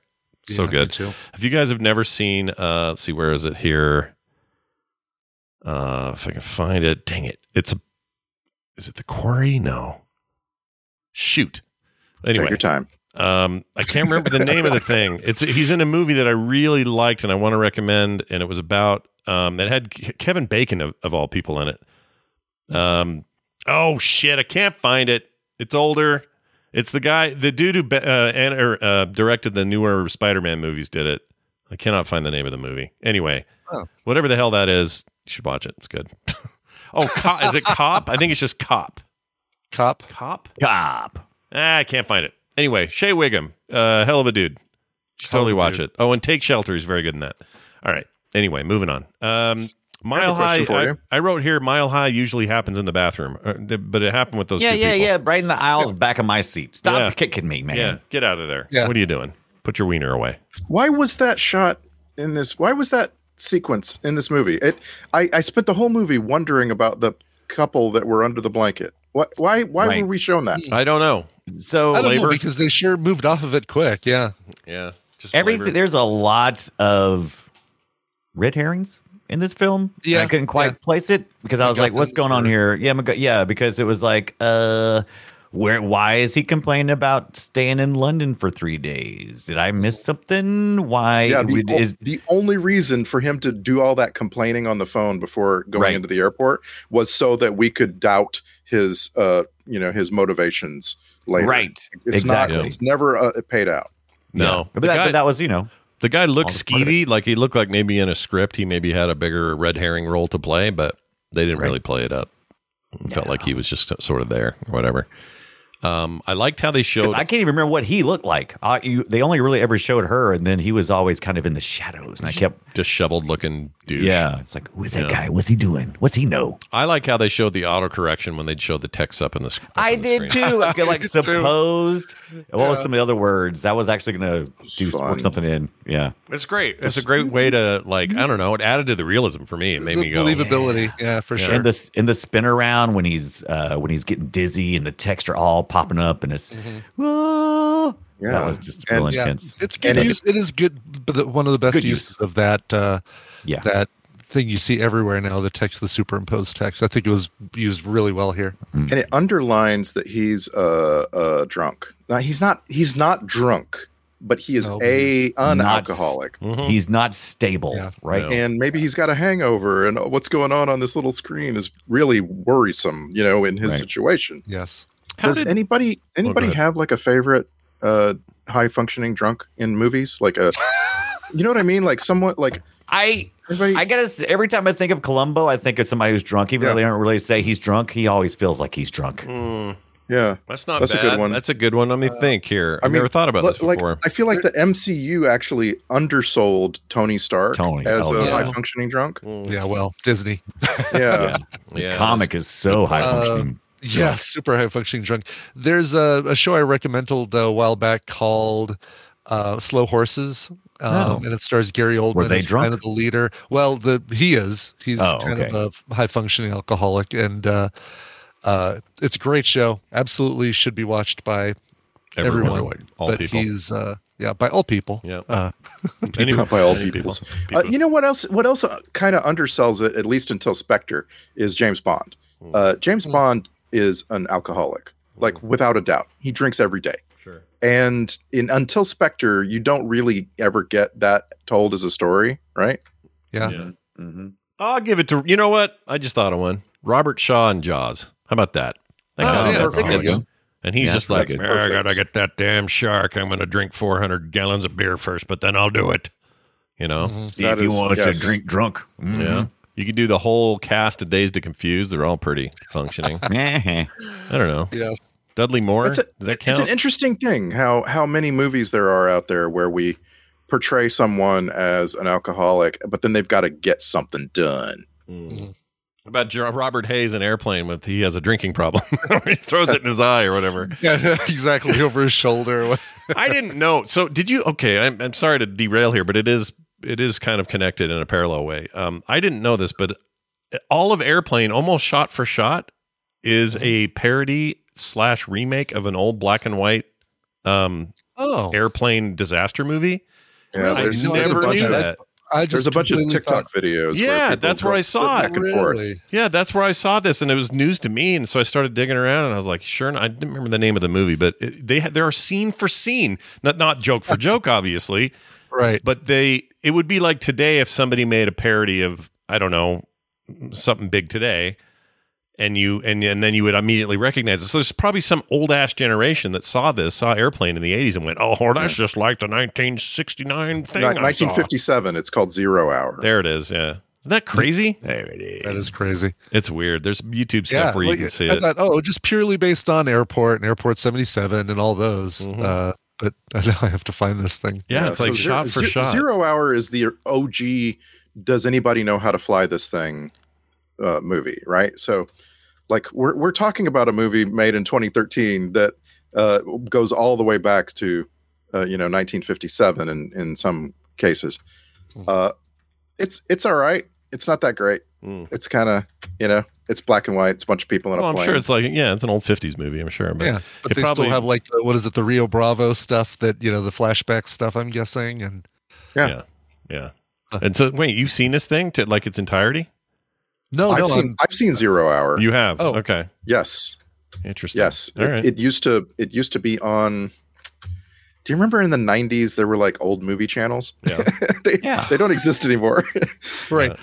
So
Yeah, me
good.
too.
If you guys have never seen, uh, let's see, where is it here? Uh, if I can find it, dang it, it's a. Is it the quarry? No. Shoot. Anyway,
Take your time.
um, I can't remember the name of the thing. It's he's in a movie that I really liked and I want to recommend, and it was about um, that had Ke- Kevin Bacon of, of all people in it. Um, oh shit, I can't find it. It's older. It's the guy, the dude who be- uh, and, or, uh, directed the newer Spider-Man movies did it. I cannot find the name of the movie. Anyway,
Oh.
whatever the hell that is, you should watch it. It's good. oh, cop, is it cop? I think it's just cop.
Cop.
Cop.
Cop.
Ah, I can't find it. Anyway, Shea Wiggum, uh, hell of a dude. Should
Hell of
totally
a
watch
dude.
it. Oh, and Take Shelter is very good in that. All right. Anyway, moving on. Um, Mile High.
question for
I,
you.
I wrote here. Mile High usually happens in the bathroom, uh, th- but it happened with those
yeah,
two
yeah,
people.
yeah. Right in the aisles, back of my seat. Stop
Yeah.
kicking me, man.
Yeah, get out of there.
Yeah.
What are you doing? Put your wiener away.
Why was that shot in this? Why was that sequence in this movie? It. I, I spent the whole movie wondering about the couple that were under the blanket. What? Why? Why
Right.
were we shown that?
I don't know.
I
So
don't know
flavor.
because they sure moved off of it quick. Yeah.
Yeah. Just
every
flavor.
there's a lot of red herrings in this film. and I
Yeah,
couldn't quite
yeah.
place it because I was like, "What's
MacGuffins
going on
or-
here?" Yeah, Mac- yeah, because it was like, uh, where? Why is he complaining about staying in London for three days? Did I miss something? Why
yeah, the,
would-
o-
is
the only reason for him to do all that complaining on the phone before going
Right.
into the airport was so that we could doubt his, uh, you know, his motivations later.
right?
It's
exactly.
not. It's never uh, paid out.
no.
But
The
that,
guy-
but that was you know
The guy looked
All the part of
skeevy, like he looked like maybe in a script he maybe had a bigger red herring role to play, but they didn't
Right.
really play it up. It Felt like he was just sort of there, or whatever. Um, I liked how they
'cause
showed.
I can't even remember what he looked like. Uh, you, they only really ever showed her, and then he was always kind of in the shadows, and I kept
disheveled looking douche.
yeah. It's like, who's that
Yeah.
guy? What's he doing? What's he know?
I like how they showed the autocorrection when they'd show the text up in the, sc- up
I
on the
did
screen.
too. I feel like
too.
suppose. What was some of the other words? I was actually gonna do work
Fun.
something in. Yeah,
It's great. It's a great way to like I don't know. It added to the realism for me. It made
The
me go.
believability. Yeah, for sure.
and this in the spin around when he's uh when he's getting dizzy and the text are all popping up and it's "Whoa."
Yeah.
that was just
And-
real
Mm-hmm. yeah,
intense.
it's good
And-
use. It is good, but the- one of the best
Good
uses
use.
of that uh,
Yeah,
that thing you see everywhere now. The text, the superimposed text. I think it was used really well here.
and it underlines that he's uh, uh drunk. Now he's not. He's not drunk, but he is
No, but
a an
Not
alcoholic,
Mhm.
he's not stable,
Yeah.
right?
No.
and maybe he's got a hangover, and what's going on on this little screen is really worrisome. You know, in his
Right.
situation.
Yes.
How
Does
did-
anybody anybody
ahead.
have like a favorite uh high functioning drunk in movies? Like a, you know what I mean? Like somewhat like
I
everybody.
I gotta s- every time I think of Columbo, I think of somebody who's drunk. Even though
Yeah.
they don't really say he's drunk, he always feels like he's drunk.
Mm,
yeah,
that's not
That's a
bad.
good one. Uh,
That's a good one. Let me think here. I've
mean,
never thought about
li-
this before.
Like I feel like the MCU actually undersold Tony Stark
Tony,
as
oh,
a
yeah.
high functioning drunk.
Mm,
Yeah. Well, Disney.
yeah.
yeah.
Comic is so high
Uh,
functioning.
Yeah, super high functioning drunk. There's a, a show I recommended a while back called uh, Slow Horses, um,
Oh.
and it stars Gary Oldman.
Were they
as
drunk?
Kind of the leader. Well, the he is. He's
Oh,
kind
okay.
of a high functioning alcoholic, and uh, uh, it's a great show. Absolutely should be watched by everyone.
all
but
people.
he's uh, yeah, by all people.
Yeah.
Uh,
Anyway,
by all
many people.
peoples.
People.
Uh, you know what else? What else kind of undersells it, at least until Spectre, is James Bond.
Hmm.
Uh, James Bond is an alcoholic, like without a doubt. He drinks every day,
sure.
and in until Spectre, you don't really ever get that told as a story, right?
yeah. mm-hmm.
I'll give it to you know what? I just thought of one. Robert Shaw and Jaws. How about that? That
Oh,
guy's
yeah,
an
that's a good
alcoholic.
one.
And he's
Yeah,
just like,
that's
"Man, I
perfect.
gotta get that damn shark. I'm gonna drink 400 gallons of beer first, but then I'll do it. You know?
Mm-hmm.
See
That
if you
is-
want
yes.
to drink drunk.
Yeah. You could do the whole cast of Days to Confuse. They're all pretty functioning.
Yeah.
I don't know.
Yes.
Dudley Moore.
That's a-
Does that
It's
count?
an interesting thing how how many movies there are out there where we portray someone as an alcoholic, but then they've got to get something done.
What Mm. About Jo- Robert Hayes in Airplane with he has a drinking problem. he throws it in his eye or whatever.
Yeah, exactly. Over his shoulder.
I didn't know. So did you? Okay, I'm, I'm sorry to derail here, but it is it is kind of connected in a parallel way. Um, I didn't know this, but all of Airplane, almost shot for shot, is a parody slash remake of an old black and white um,
Oh,
airplane disaster movie.
Yeah,
Really?
there's,
I
no,
there's a
never
bunch
knew
of
that.
I
There's a bunch of
completely thought-
TikTok videos.
Yeah,
people
that's where I
go
saw
flip
it.
Back and forth.
Really?
Yeah, that's where I saw this, and it was news to me. And so I started digging around, and I was like, "Sure." And I didn't remember the name of the movie, but it, they had, there are scene for scene, not not joke for joke, obviously.
Right.
But they, it would be like today if somebody made a parody of I don't know something big today, and you and and then you would immediately recognize it. So there's probably some old ass generation that saw this, saw Airplane in the '80s, and went, "Oh, that's just like the 1969 thing."
Ni-
I saw."
1957. It's called Zero Hour.
There it is. Yeah, isn't that crazy?
There it is.
That is crazy.
It's weird. There's YouTube stuff where you
like,
can see
I
it.
thought, oh, just purely based on Airport and Airport 77 and all those.
Mm-hmm.
Uh, but now I have to find this thing.
Yeah, it's
so
like
Zero-
shot for
Ze-
shot.
Zero Hour is the OG. Does anybody know how to fly this thing? Uh, movie, right? So, like, we're we're talking about a movie made in 2013 that uh, goes all the way back to, uh, you know, 1957 in in some cases.
Hmm.
Uh, it's it's all right. It's not that great.
Mm.
It's kind of you know, it's black and white. It's a bunch of people in
Well,
a
I'm
plane.
sure it's like yeah, it's an old '50s movie. I'm sure, but
yeah, but
it
they
probably-
still have like the, what is it, the Rio Bravo stuff that you know, the flashback stuff. I'm guessing, and
yeah. And so, wait, you've seen this thing to like its entirety? Oh,
no,
I've
no,
seen
I'm-
I've seen Zero Hour.
uh, You have.
Oh.
Okay.
yes,
Interesting.
Yes,
All
it,
right.
it used to. It used to be on. Do you remember in the '90s there were like old movie channels?
Yeah.
they,
Yeah.
they don't exist anymore.
right.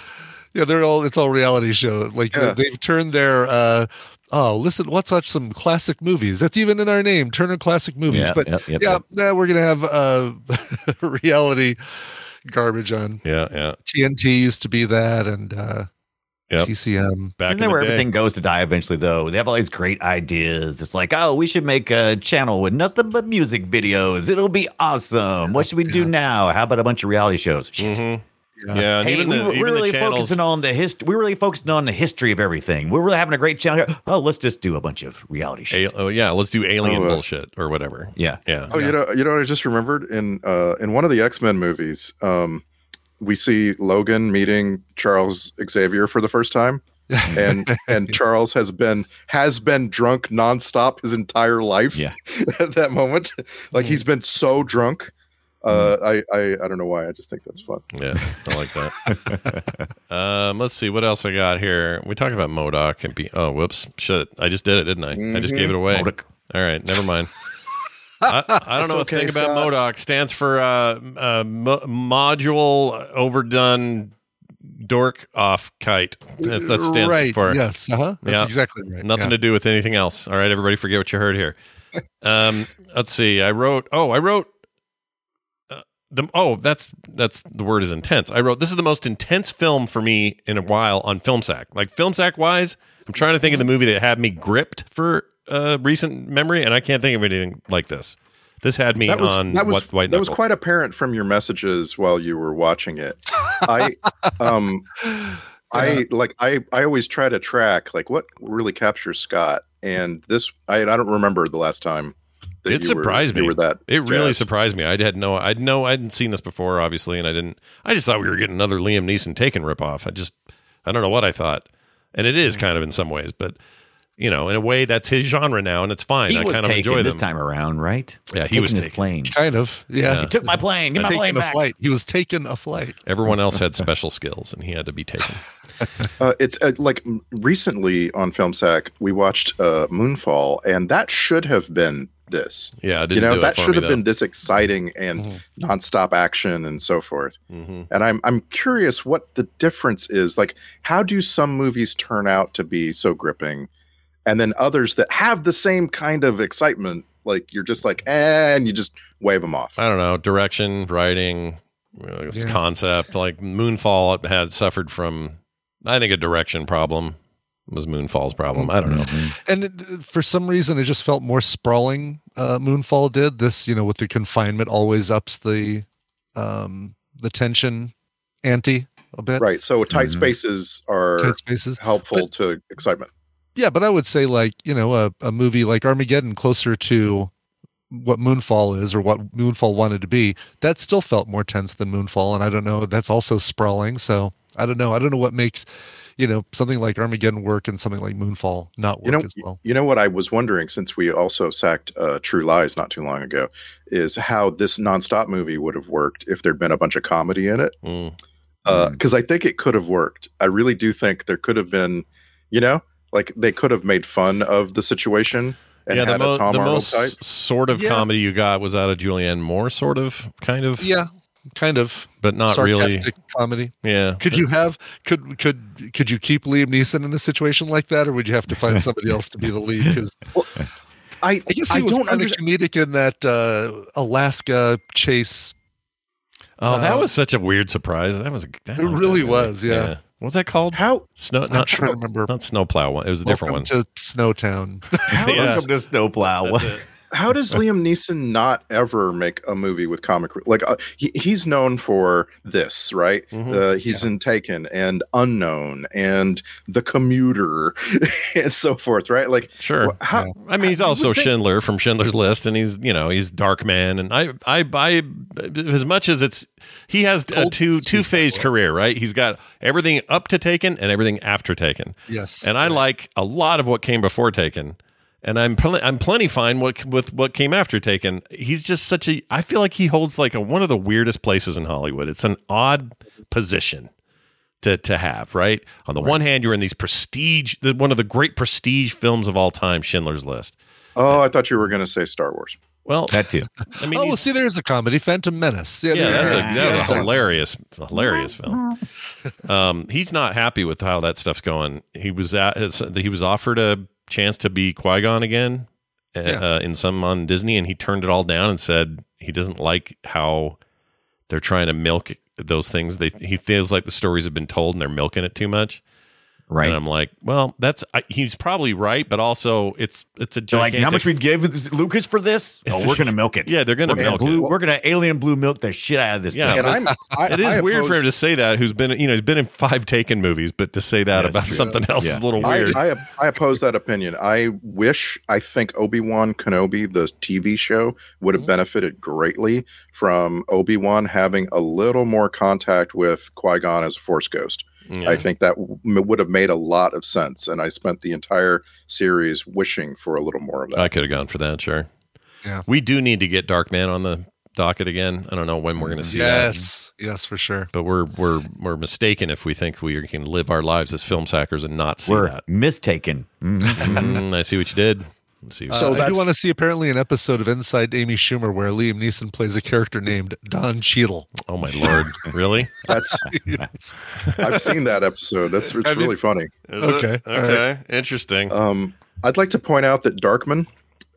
Yeah, they're all it's all reality show. Like
Yeah.
they, have turned their uh oh, listen, let's watch some classic movies. That's even in our name, Turner Classic Movies.
Yeah,
but
yep, yep,
yeah,
yep.
now we're gonna have uh reality garbage on
yeah. Yeah.
TNT used to be that and uh
Yep.
TCM.
Back
Isn't
in
that
the
where
day.
everything goes to die eventually, though? They have all these great ideas. It's like, oh, we should make a channel with nothing but music videos. It'll be awesome.
Oh,
What should we do
Yeah.
now? How about a bunch of reality shows? Shit.
Mhm.
Yeah.
Yeah. And
Hey,
even
we,
the
were
even
really
the channels.
focusing on the history. We're really focusing on the history of everything. We're really having a great channel. here. Oh, let's just do a bunch of reality shit.
al- oh yeah, let's do alien
Oh, uh,
bullshit or whatever.
yeah.
Yeah.
Oh, you know, you know what I just remembered in uh, in one of the X-Men movies, um, we see Logan meeting Charles Xavier for the first time, and and Charles has been has been drunk nonstop his entire life.
Yeah.
at that moment,
Mm-hmm.
like he's been so drunk. Uh, I, I I don't know why. I just think that's fun.
Yeah, I like that. um, let's see what else I got here. We talked about Modoc and be. Oh, whoops! Shit, I just did it, didn't I? I just gave it
Mm-hmm.
away.
Modoc.
All right, never mind. I, I don't know a
okay,
thing about
Scott.
Modoc. Stands for uh, uh, mo- module overdone dork off kite. That's that stands
right.
for.
Yes. Uh-huh. That's
Yeah.
exactly right.
Nothing to do with anything else. All right, everybody, forget what you heard here. Um, let's see. I wrote. Oh, I wrote. uh, The, oh, that's that's the word is intense. I wrote this is the most intense film for me in a while on FilmSack. Like FilmSack wise, I'm trying to think of the movie that had me gripped for uh, recent memory, and I can't think of anything like this. This had me
that was
on
that was
what white
that was
knuckle.
quite apparent from your messages while you were watching it. I um I like I I always try to track like what really captures Scott and this I I don't remember the last time that
It
you were-
surprised
you
me.
were that
It really
jazzed.
surprised me. I had no, I know I hadn't seen this before, obviously, and I didn't. I just thought we were getting another Liam Neeson Taken ripoff. I just, I don't know what I thought, and it
Hmm.
is kind of in some ways, but you know, in a way, that's his genre now, and it's fine.
He
I
was
kind of
taken
enjoy
this
them.
time around, right?
Yeah, he
Taking
was
his
taken.
plane.
Kind of. Yeah.
He took my plane. Get my plane
Taking a
back.
flight. He was taking a flight.
Everyone else had special skills, and he had to be taken.
Uh, it's uh, like m- recently on FilmSack we watched uh, Moonfall and that should have been this.
Yeah, I didn't
You know
do
that
it for
should
me, Mm-hmm.
have been this exciting and nonstop action and so forth.
hmm
and I'm I'm curious what the difference is. Like, how do some movies turn out to be so gripping, and then others that have the same kind of excitement, like you're just like, eh, and you just wave them
Uh,
off.
I don't know direction, writing, uh, this
Yeah.
concept. Like Moonfall had suffered from, I think, a direction problem. Was Moonfall's problem? I
Hmm.
don't know.
and it, for some reason it just felt more sprawling uh moonfall did this you know with the confinement always ups the um, the tension ante a bit.
Right. So tight
Mhm.
spaces are
mm-hmm. Tight spaces.
helpful
But-
to excitement.
Yeah, but I would say like you know a, a movie like Armageddon closer to what Moonfall is or what Moonfall wanted to be. That still felt more tense than Moonfall, and I don't know. That's also sprawling. So I don't know. I don't know what makes you know something like Armageddon work and something like Moonfall not work
You know,
as well.
you know what I was wondering since we also sacked uh, True Lies not too long ago is how this nonstop movie would have worked if there'd been a bunch of comedy in it.
Mm.
Because Uh, I think it could have worked. I really do think there could have been, you know, like they could have made fun of the situation and
Yeah, the,
had
mo-
a Tom
the
Arnold
most
type.
sort of
Yeah.
comedy you got was out of Julianne Moore, sort of, kind of,
Yeah, kind of
but not
sarcastic
really.
comedy.
Yeah,
Could you have could could could you keep Liam Neeson in a situation like that, or would you have to find somebody else to be the lead? Because
I,
I guess
I
he was
don't
kind of
understand.
comedic in that uh, Alaska chase.
Oh, that
Uh,
was such a weird surprise. That was. a- I
It
liked that
really
movie.
was, yeah.
What was that called?
How
Snow.
I'm
Not,
trying to remember.
not snowplow one. It was a different one.
Welcome to Snowtown.
How
Yeah.
Welcome to Snowplow.
how does Liam Neeson not ever make a movie with comic re- like uh, he, he's known for this right
Mhm.
uh, he's in Taken and Unknown and The Commuter and so forth right like
Sure.
wh- how
I mean, he's
I would
also
think-
Schindler from Schindler's List, and he's you know he's Dark Man, and I I I as much as it's he has a
Cold
two
Feet
two phase
Network.
career, right? He's got everything up to Taken and everything after Taken,
yes.
and I like a lot of what came before Taken, and I'm pl- I'm plenty fine what, with what came after Taken. He's just such a I feel like he holds like a, one of the weirdest places in Hollywood. It's an odd position to to have, right? On the one hand, you're in these prestige, the, one of the great prestige films of all time, Schindler's List.
oh I thought you were going to say Star Wars
Well,
That too.
I mean,
oh, well,
he's-
see, there's a comedy, Phantom Menace. Yeah,
yeah,
there
that's a,
is.
that
Yeah.
was a hilarious, hilarious film. Um, he's not happy with how that stuff's going. He was at his, he was offered a chance to be Qui Gon again uh,
Yeah.
uh, in some on Disney, and he turned it all down and said he doesn't like how they're trying to milk those things. They he feels like the stories have been told and they're milking it too much. And
Right.
I'm like, well, that's I, he's probably right, but also it's it's a
So like,
gigantic.
how much we give Lucas for this? Oh, we're gonna milk it.
yeah, they're gonna
We're gonna
milk it.
blue. We're gonna alien blue milk the shit out of this.
Yeah.
thing.
and I'm I,
It is
I
weird for
opposed-
him to say that. Who's been, you know, he's been in five Taken movies, but to say that
Yeah,
about
it's true.
something else
Yeah.
is a little
I,
weird.
I, I oppose that opinion. I wish, I think Obi Wan Kenobi, the TV show, would
Mm-hmm.
have benefited greatly from Obi Wan having a little more contact with Qui Gon as a Force ghost.
Yeah.
I think that w- would have made a lot of sense. And I spent the entire series wishing for a little more of that.
I could have gone for that, sure.
Yeah.
We do need to get Dark Man on the docket again. I don't know when we're going to see that.
Yes, yes, for sure.
But we're we're we're mistaken if we think we can live our lives as film sackers and not see
we're
that.
mistaken. Mhm.
Mm, I see what you did. I see what-
So
So
Uh, I do
that's-
want to see apparently an episode of Inside Amy Schumer where Liam Neeson plays a character named Don Cheadle.
oh my lord, really?
That's I've seen that episode. That's it's
Have you-
really funny.
Okay, all right.
Okay. Interesting.
Um, I'd like to point out that Darkman.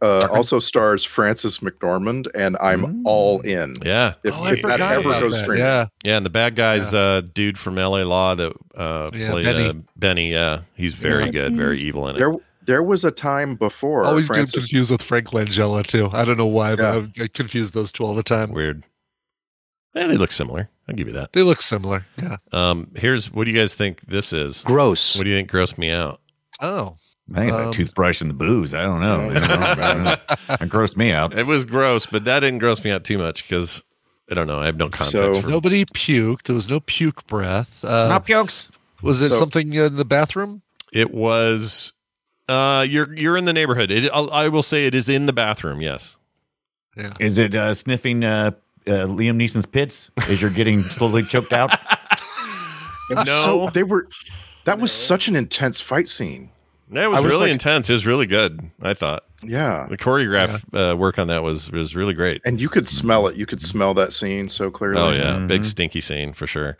Uh, also stars Francis McDormand, and I'm
Mm.
all in.
yeah.
If,
Oh, I
if that
forgot
ever
about
goes
that.
streaming,
Yeah,
Yeah, and the bad guy's uh dude from LA Law that uh
Yeah,
played
Benny.
Uh, Benny, yeah. He's very good, very evil in it.
There, there was a time before
always get him
Francis.
confused with Frank Langella too. I don't know why, but
Yeah.
I'm- I confuse those two all the time.
Weird. Yeah, they look similar. I'll give you that.
They look similar. Yeah.
Um, here's what do you guys think this is?
Gross.
What do you think grossed me out?
Oh,
I think it's
Um,
a toothbrush and the booze. I don't know. It grossed me out.
It was gross, but that didn't gross me out too much because I don't know. I have no context
So-
for
nobody puked. There was no puke breath. Uh,
Not pukes.
was it
So-
something in the bathroom?
it. Was uh, you're you're in the neighborhood. It, I'll, I will say it is in the bathroom. Yes.
Is it uh, sniffing uh, uh, Liam Neeson's pits as you're getting slowly choked out?
It
No.
was so- they were. That was such an intense fight scene.
That was,
I was
really
like-
intense. It was really good. I thought
Yeah,
the choreograph uh, work on that was was really great.
and you could smell it. You could smell that scene so clearly.
Oh yeah,
Mm-hmm.
big stinky scene for sure.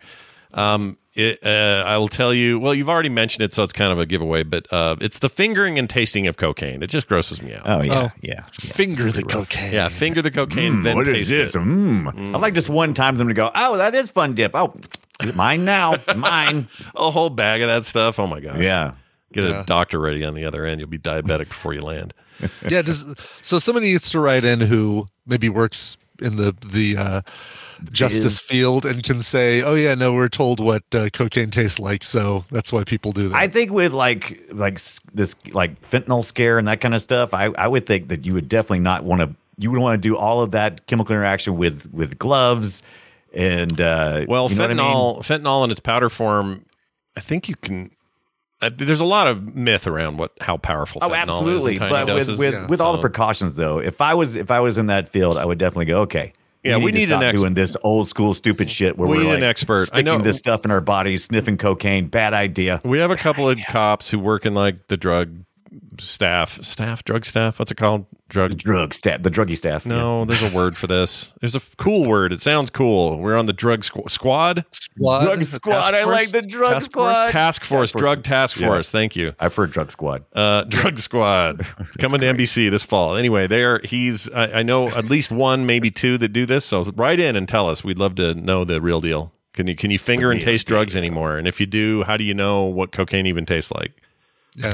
Um, it, uh, I will tell you. Well, you've already mentioned it, so it's kind of a giveaway. But uh, it's the fingering and tasting of cocaine. It just grosses me out.
Oh yeah,
Oh.
yeah.
Finger the cocaine.
yeah, finger the cocaine, then
what is
taste
this?
it.
Mm. I like just one time them to go. Oh, that is fun dip. Oh, mine now. mine.
A whole bag of that stuff. Oh my gosh.
Yeah.
Get
Yeah.
a doctor ready on the other end. You'll be diabetic before you land.
yeah. Does, so somebody needs to write in who maybe works in the the uh, justice field and can say, "Oh yeah, no, we're told what uh, cocaine tastes like, so that's why people do that."
I think with like like s- this like fentanyl scare and that kind of stuff, I I would think that you would definitely not want to you would want to do all of that chemical interaction with with gloves and uh
Well,
you know what I mean?
fentanyl, fentanyl in its powder form, I think you can. Uh, there's a lot of myth around what how powerful fentanyl
Oh, absolutely!
is in tiny
But
doses.
with with, with all the
So-
precautions, though, if I was if I was in that field, I would definitely go. Okay,
Yeah, we
to
need an
stop
ex-
doing this old school stupid shit where
We
are
need
like
an expert. I
sticking
know-
this stuff in our bodies, sniffing cocaine. Bad idea.
we have a couple of cops who work in like the drug staff, staff, drug staff. What's it called? Drug.
Drug staff, the druggy staff.
No, there's a word for this. There's a f- cool word. It sounds cool. We're on the drug squ- squad,
Squad,
Drug squad, I like the drug
task force?
squad.
task force, drug task force. Thank you.
I've heard drug squad.
Uh, Drug Squad. It's coming to NBC this fall. Anyway, there he's. I, I know at least one, maybe two that do this. So write in and tell us. We'd love to know the real deal. Can you can you finger and taste drugs anymore? And if you do, how do you know what cocaine even tastes like?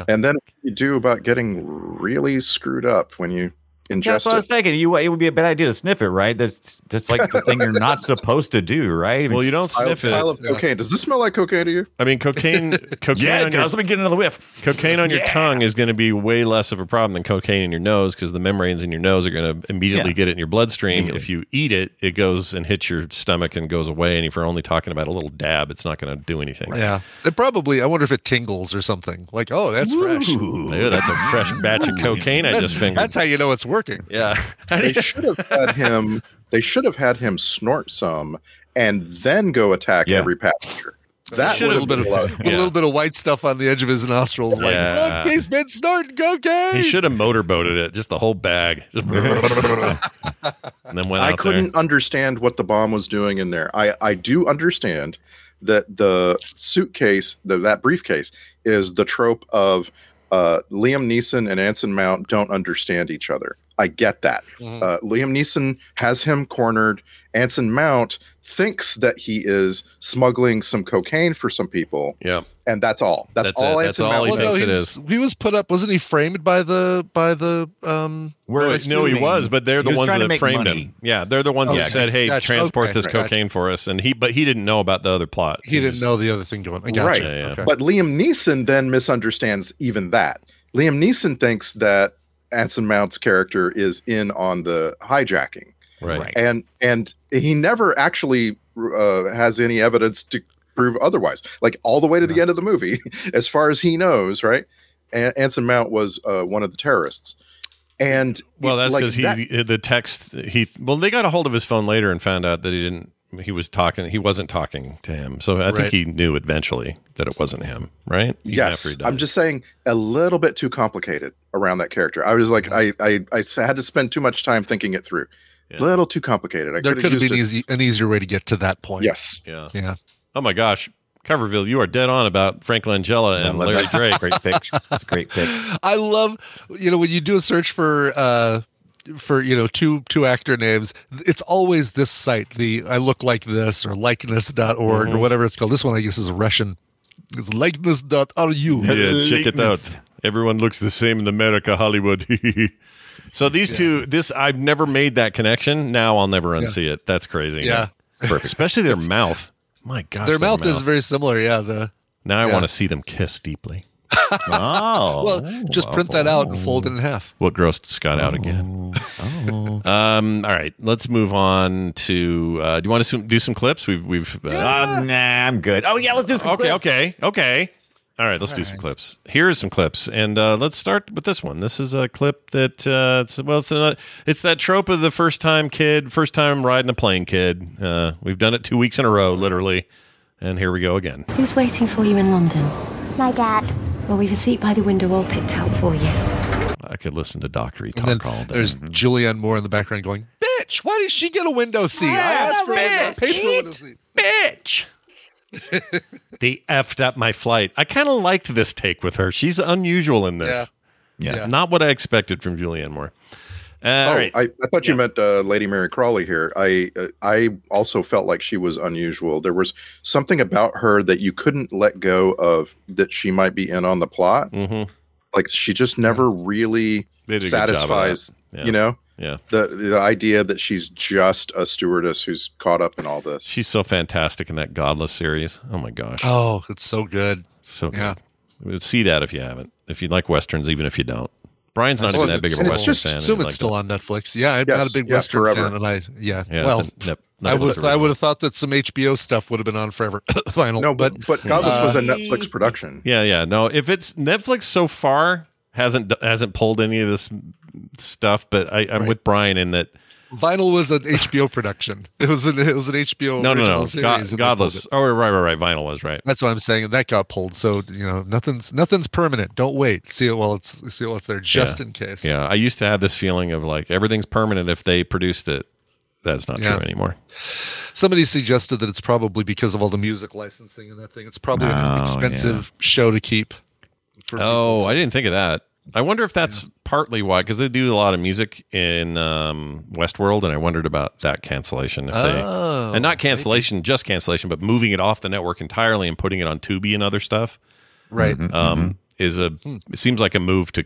And then what you do about getting really screwed up when you
That's
ingest
what I
it.
was thinking. You, it would be a bad idea to sniff it, right? That's that's like the thing you're not supposed to do, right? I mean,
Well, you don't
Pile-
sniff
pile
it.
of cocaine. Does this smell like cocaine to you?
I mean, cocaine cocaine
Yeah, it
on your
does. Let me get another whiff.
cocaine on your tongue is going to be way less of a problem than cocaine in your nose because the membranes in your nose are going to immediately
Yeah.
get it in your bloodstream. If you eat it, it goes and hits your stomach and goes away. And if you're only talking about a little dab, it's not going to do anything.
Yeah, it probably. I wonder if it tingles or something. Like, oh, that's fresh.
Ew, that's a fresh batch of cocaine I just fingered.
That's how you know it's working.
yeah.
They should have had him. They should have had him snort some and then go attack
Yeah.
every passenger. That
a
would
little
have
bit
been
of
a lot.
a little bit of white stuff on the edge of his nostrils, like
Yeah.
"Look, he's been snorting cocaine.
he should have motorboated it, just the whole bag. Just and then went
I
out
couldn't understand what the bomb was doing in there. I I do understand that the suitcase, the, that briefcase, is the trope of uh, Liam Neeson and Anson Mount don't understand each other. I get that.
Mm-hmm.
Mhm.
Uh, Liam Neeson has him cornered. Anson Mount thinks that he is smuggling some cocaine for some people,
there. Yeah.
and that's all. That's,
That's
all.
it. That's
Anson
all
Mount
he
knows.
thinks it
he's- he was put up. Wasn't he framed by the by the um?
We're
no, he
assuming-
was, but they're
he
the
was
ones
trying to
that
make
framed
money.
him. Yeah, they're the ones
Oh,
that
okay.
said, "Hey,
Gotcha.
transport
Okay,
this
gotcha.
cocaine for us," and he, but he didn't know about the other plot.
He didn't
just-
know the other thing going. I gotcha.
Right.
Yeah, yeah.
Okay.
But Liam Neeson then misunderstands even that. Liam Neeson thinks that Anson Mount's character is in on the hijacking,
Right.
Right.
and and he never actually uh, has any evidence to prove otherwise. Like all the way to the end of the movie, as far as he knows, right? A- Anson Mount was uh, one of the terrorists, and
Well, that's
like
because
that-
he the text he well they got a hold of his phone later and found out that he didn't he was talking he wasn't talking to him. So I think
Right.
he knew eventually that it wasn't him, right? Even after
yes
he died.
i'm just saying a little bit too complicated around that character i was like i i, I s- had to spend too much time thinking it through
Mm-hmm. Yeah.
a little too complicated i
There
could have
been
used it.
easy, an easier way to get to that point.
yes
yeah.
Yeah.
Oh my gosh, Coverville, you are dead on about Frank Langella and
I love
Larry Drake.
that. Great pick. That's a great pick.
I love you know when you do a search for uh for you know two two actor names it's always this site the i look like this or likeness.org
Mm-hmm.
or whatever it's called this one i guess is russian it's likeness.ru
yeah, check it
Likeness.
out. Everyone looks the same in America, Hollywood. so these two, this I've never made that connection. Now I'll never unsee it. That's crazy.
Yeah.
It's perfect. Especially their mouth. My gosh,
their mouth is very similar yeah the
Now I
yeah.
want to see them kiss deeply.
Oh,
well just print that out and fold it in half
What grossed Scott out again?
Oh.
Um, all right, let's move on to. Uh, do you want to do some clips? We've we've. Uh,
Uh, nah, I'm good. Oh yeah, let's do some.
okay,
clips.
okay, okay. All right, let's do some clips. Here are some clips, and uh, let's start with this one. This is a clip that uh, it's, well, it's another, it's that trope of the first time kid, first time riding a plane kid. Uh, we've done it two weeks in a row, literally, and here we go again.
Who's waiting for you in London?
My dad.
Well, we've a seat by the window all picked out for you.
I could listen to Doctor E
and then
talk all day.
there's julianne moore in the background going bitch why did she get a window seat i asked for a window, paid for a window seat
bitch. they effed up my flight. I kind of liked this take with her. She's unusual in this.
Yeah.
Yeah.
Not what I expected from Julianne Moore. Uh,
Oh,
all right.
I, I thought you meant uh, Lady Mary Crawley here. I uh, I also felt like she was unusual. There was something about her that you couldn't let go of that she might be in on the plot.
Mhm.
Like she just never really
They did a good job of
satisfies,
that. Yeah.
you know.
Yeah.
The the idea that she's just a stewardess who's caught up in all this.
She's so fantastic in that Godless series. Oh my gosh.
Oh, it's so good.
So
Yeah.
good. See that if you haven't. If you like Westerns, even if you don't. Brian's not
Well,
even that big of a
and it's
Western
just-
fan. and
Assume
he
it's
liked
still
it.
on Netflix. Yeah, I'm not
Yes,
a big
yeah,
Western
forever.
fan, and I yeah.
Yeah,
well,
it's a Nep-
I
Netflix
would I
original.
would have thought that some HBO stuff would have been on forever. Final,
No,
but
but but Godless was a
Uh,
Netflix production.
Yeah, yeah. No, if it's Netflix so far hasn't hasn't pulled any of this stuff, but I, I'm with Brian in that.
Vinyl was an HBO production. It was an it was an HBO
No, no,
original
no.
series.
God,
and they pulled
Godless.
it.
Oh, right, right, right. Vinyl was right.
That's what I'm saying. That got pulled. So you know, nothing's nothing's permanent. Don't wait. See it while it's see it while it's there, just
Yeah.
in case.
Yeah, I used to have this feeling of like everything's permanent if they produced it. That's not
Yeah.
true anymore.
Somebody suggested that it's probably because of all the music licensing and that thing. It's probably
Oh,
an
yeah.
expensive show to keep. for
Oh, I didn't think of that. I wonder if that's partly why, because they do a lot of music in um, Westworld, and I wondered about that cancellation. If they,
Oh,
and not cancellation, just cancellation, but moving it off the network entirely and putting it on Tubi and other stuff
right.
um, is a
Hmm.
it seems like a move to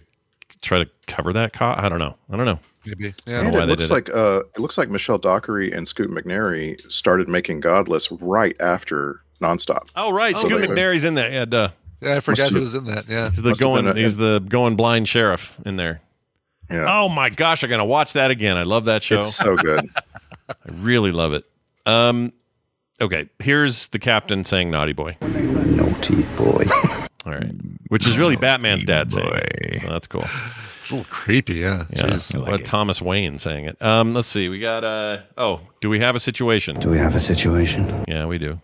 try to cover that. Co- I don't know. I don't know.
Maybe.
know
Yeah.
And
why
it
they
looks
did it.
like uh, it looks like Michelle Dockery and Scoot McNairy started making Godless right after Nonstop.
Oh right, Scoot
they-
McNairy's in there. Yeah, duh.
yeah I forgot
have-
who was in that. Yeah.
He's the
Must have
going.
been a-
he's the going blind sheriff in there.
Yeah,
Oh my gosh, I'm gonna watch that again. I love that show.
it's so good.
I really love it. Um, okay, here's the captain saying "naughty boy." Naughty boy. All right, which is really Batman's dad saying. it. So that's cool.
It's a little creepy. Yeah.
Yeah,
Jeez.
I like
What
it.
Thomas Wayne saying it. Um, let's see. We got. Uh, oh, do we have a situation?
Do we have a situation?
Yeah, we do.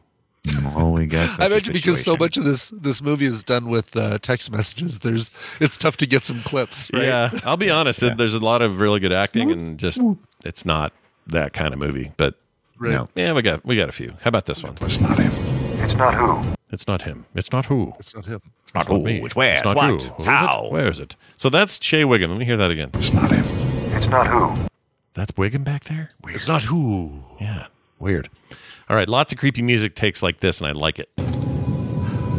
Holy God.
I imagine because so much of this this movie is done with uh, text messages. There's it's tough to get some clips. Right?
Yeah, I'll be honest. There's a lot of really good acting, and just it's not that kind of movie. But
Right.
No.
yeah, we got we got a few. How about this one?
It's not him.
It's not him. It's not who.
It's not him.
It's
not who, it's where, it's what,
Who is it?
how.
Where is it? So that's Che Wiggum. Let me hear that again.
It's not him.
That's Wiggum back there? Weird.
It's not who.
Yeah. Weird. All right. Lots of creepy music takes like this, and I like it. Oh,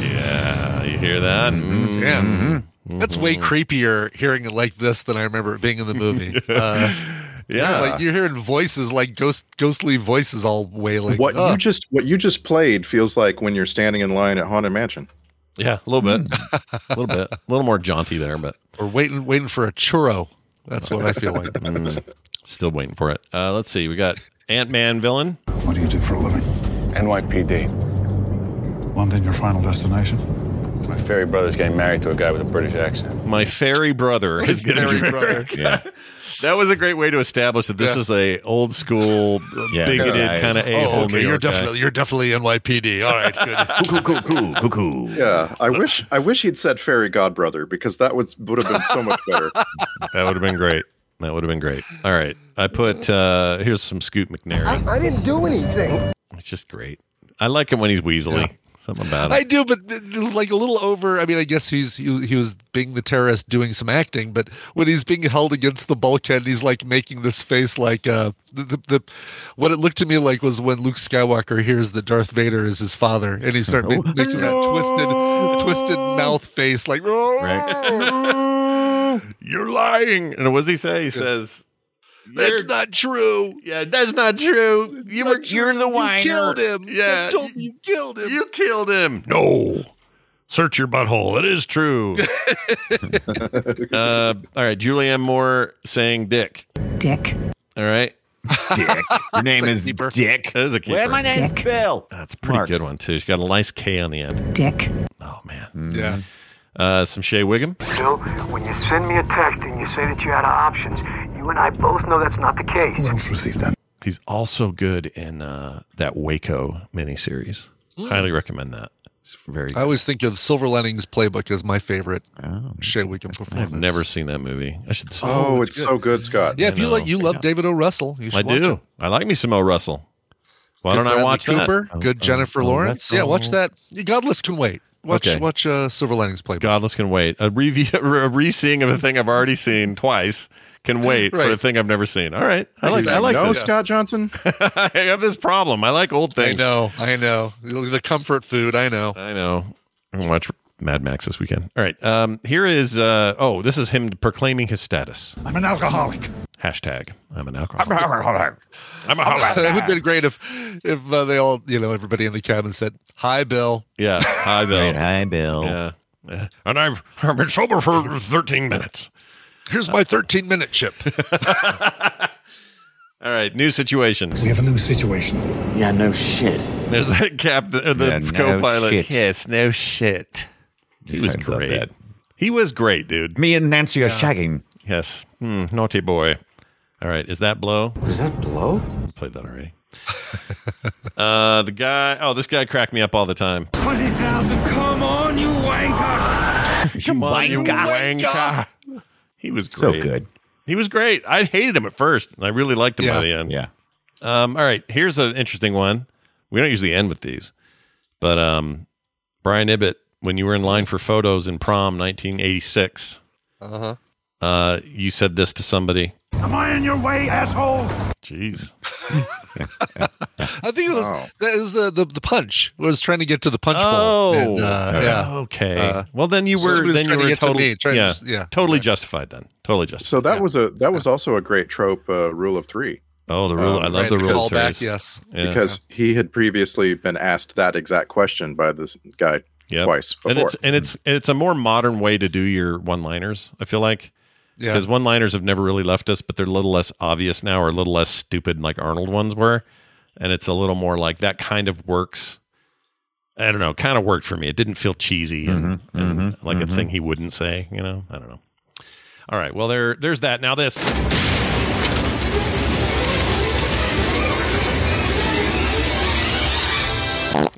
Yeah. You hear that? Mm.
Yeah. That's way creepier hearing it like this than I remember it being in the movie. Uh,
Yeah.
like you're hearing voices like ghost ghostly voices all wailing.
What
Oh,
you just what you just played feels like when you're standing in line at Haunted Mansion.
yeah. A little bit. a little bit. A little more jaunty there, but
or waiting waiting for a churro. That's what I feel like.
still waiting for it. Uh, let's see. We got Ant Man villain.
What do you do for a living?
NYPD.
London, your final destination?
My fairy brother's getting married to a guy with a British accent.
My fairy brother is going to be
Very brother.
Yeah.
That was a great way to establish that this
Yeah.
is a old school
Yeah.
bigoted
Yeah.
kind of a hole.
Oh, okay. You're definitely you're definitely NYPD. All right, good.
Cuckoo, cuckoo, cuckoo.
Yeah, I wish I wish he'd said Fairy Godbrother because that would would have been so much better.
that would have been great. That would have been great. All right, I put uh here's some Scoot McNairy.
I didn't do anything.
It's just great. I like him when he's weaselly. Something about
I
it.
do, but it was like a little over. I mean, I guess he's he, he was being the terrorist doing some acting, but when he's being held against the bulkhead, he's like making this face like uh the, the, the what it looked to me like was when Luke Skywalker hears that Darth Vader is his father, and he starts ma- making that twisted twisted mouth face like
right. You're lying. And what does he say? He says,
that's
"You're-
not true.
Yeah, that's not true. You were
You're the whiner.
You killed him.
Yeah.
you told me you killed him.
You killed him. No. Search your butthole. It is true. uh, all right. Julianne Moore saying dick.
Dick.
All right.
Dick. Your name is
keeper.
Dick.
That is a keeper.
Well, my name's
Dick.
Bill.
That's a pretty
Marks.
good one, too. She's got a nice K on the end.
Dick.
Oh, man.
Yeah.
Uh, some Shea Wiggum.
Bill, when you send me a text and you say that you're out of options, you and I both know that's not the case.
Else received that.
He's also good in uh, that Waco miniseries. Highly recommend that. It's very
I always think of Silver Linings Playbook as my favorite Shea Wiggum performance.
Oh. I've never seen that movie. I should say.
Oh, it's so good, Scott.
Yeah, if you
know.
like, you love David O. Russell. You should
I
watch
do.
it.
I like me some O. Russell. Why
Good
don't I
Bradley
watch that? Oh,
Cooper, Good Jennifer Lawrence. Yeah, watch that. Godless can wait. Watch
Okay.
watch uh, Silver Linings Playbook.
Godless can wait. A review, a reseeing of a thing I've already seen twice can wait for a
Right.
thing I've never seen. All right, I like. I like
no,
this.
Scott Johnson.
I have this problem. I like old
I
things.
know, I know. The comfort food, I know.
I know. I'm gonna watch Mad Max this weekend. All right. Um. Here is. Uh. Oh, this is him proclaiming his status.
I'm an alcoholic.
Hashtag. I'm an alcoholic. I'm a
it would
alcoholic.
have been great if if uh, they all, you know, everybody in the cabin said, "Hi, Bill."
Yeah. Hi, Bill.
Right, hi, Bill.
Yeah. Yeah. And I've I've been sober for 13 minutes.
Here's my 13 minute chip.
All right, new situation.
We have a new situation.
Yeah, no shit.
There's that captain, or the
Yeah, no
co-pilot.
shit.
Yes, no shit. He was
I love
great.
that.
He was great, dude.
Me and Nancy are shagging.
Yes. Hmm, naughty boy. All right, is that blow?
Was that blow?
We played that already. uh, the guy. Oh, this guy cracked me up all the time. Come on, you
Wanker.
wanker. He was
So
great.
good.
He was great. I hated him at first, and I really liked him by
Yeah.
the end.
Yeah.
Um, all right, here's an interesting one. We don't usually end with these, but um, Brian Ibbett, when you were in line for photos in prom 1986,
Uh-huh.
uh, you said this to somebody.
Am I in your way, asshole?
Jeez,
I think it was
Wow.
that was the, the the punch was trying to get to the punch
Oh.
bowl. And, uh, yeah.
okay.
Uh,
well, then you
so
were
somebody was
then you
trying to
were
get to
totally
me, trying to-
yeah,
yeah,
totally
exactly.
justified then. Totally justified.
So that
Yeah.
was a that was also a great trope. Uh, rule of three.
oh the rule.
um,
I love
Right,
the rule of
callback,
threes.
yes.
Yeah.
because he had previously been asked that exact question by this guy
Yep.
twice before.
and it's and it's and it's a more modern way to do your one-liners. I feel like.
Yeah.
because one-liners have never really left us, but they're a little less obvious now, or a little less stupid, like Arnold ones were, and it's a little more like that kind of works. I don't know, kind of worked for me. It didn't feel cheesy and,
Mhm,
and
mhm,
like a
mhm.
thing he wouldn't say. You know, I don't know. All right, well there, there's that. Now this.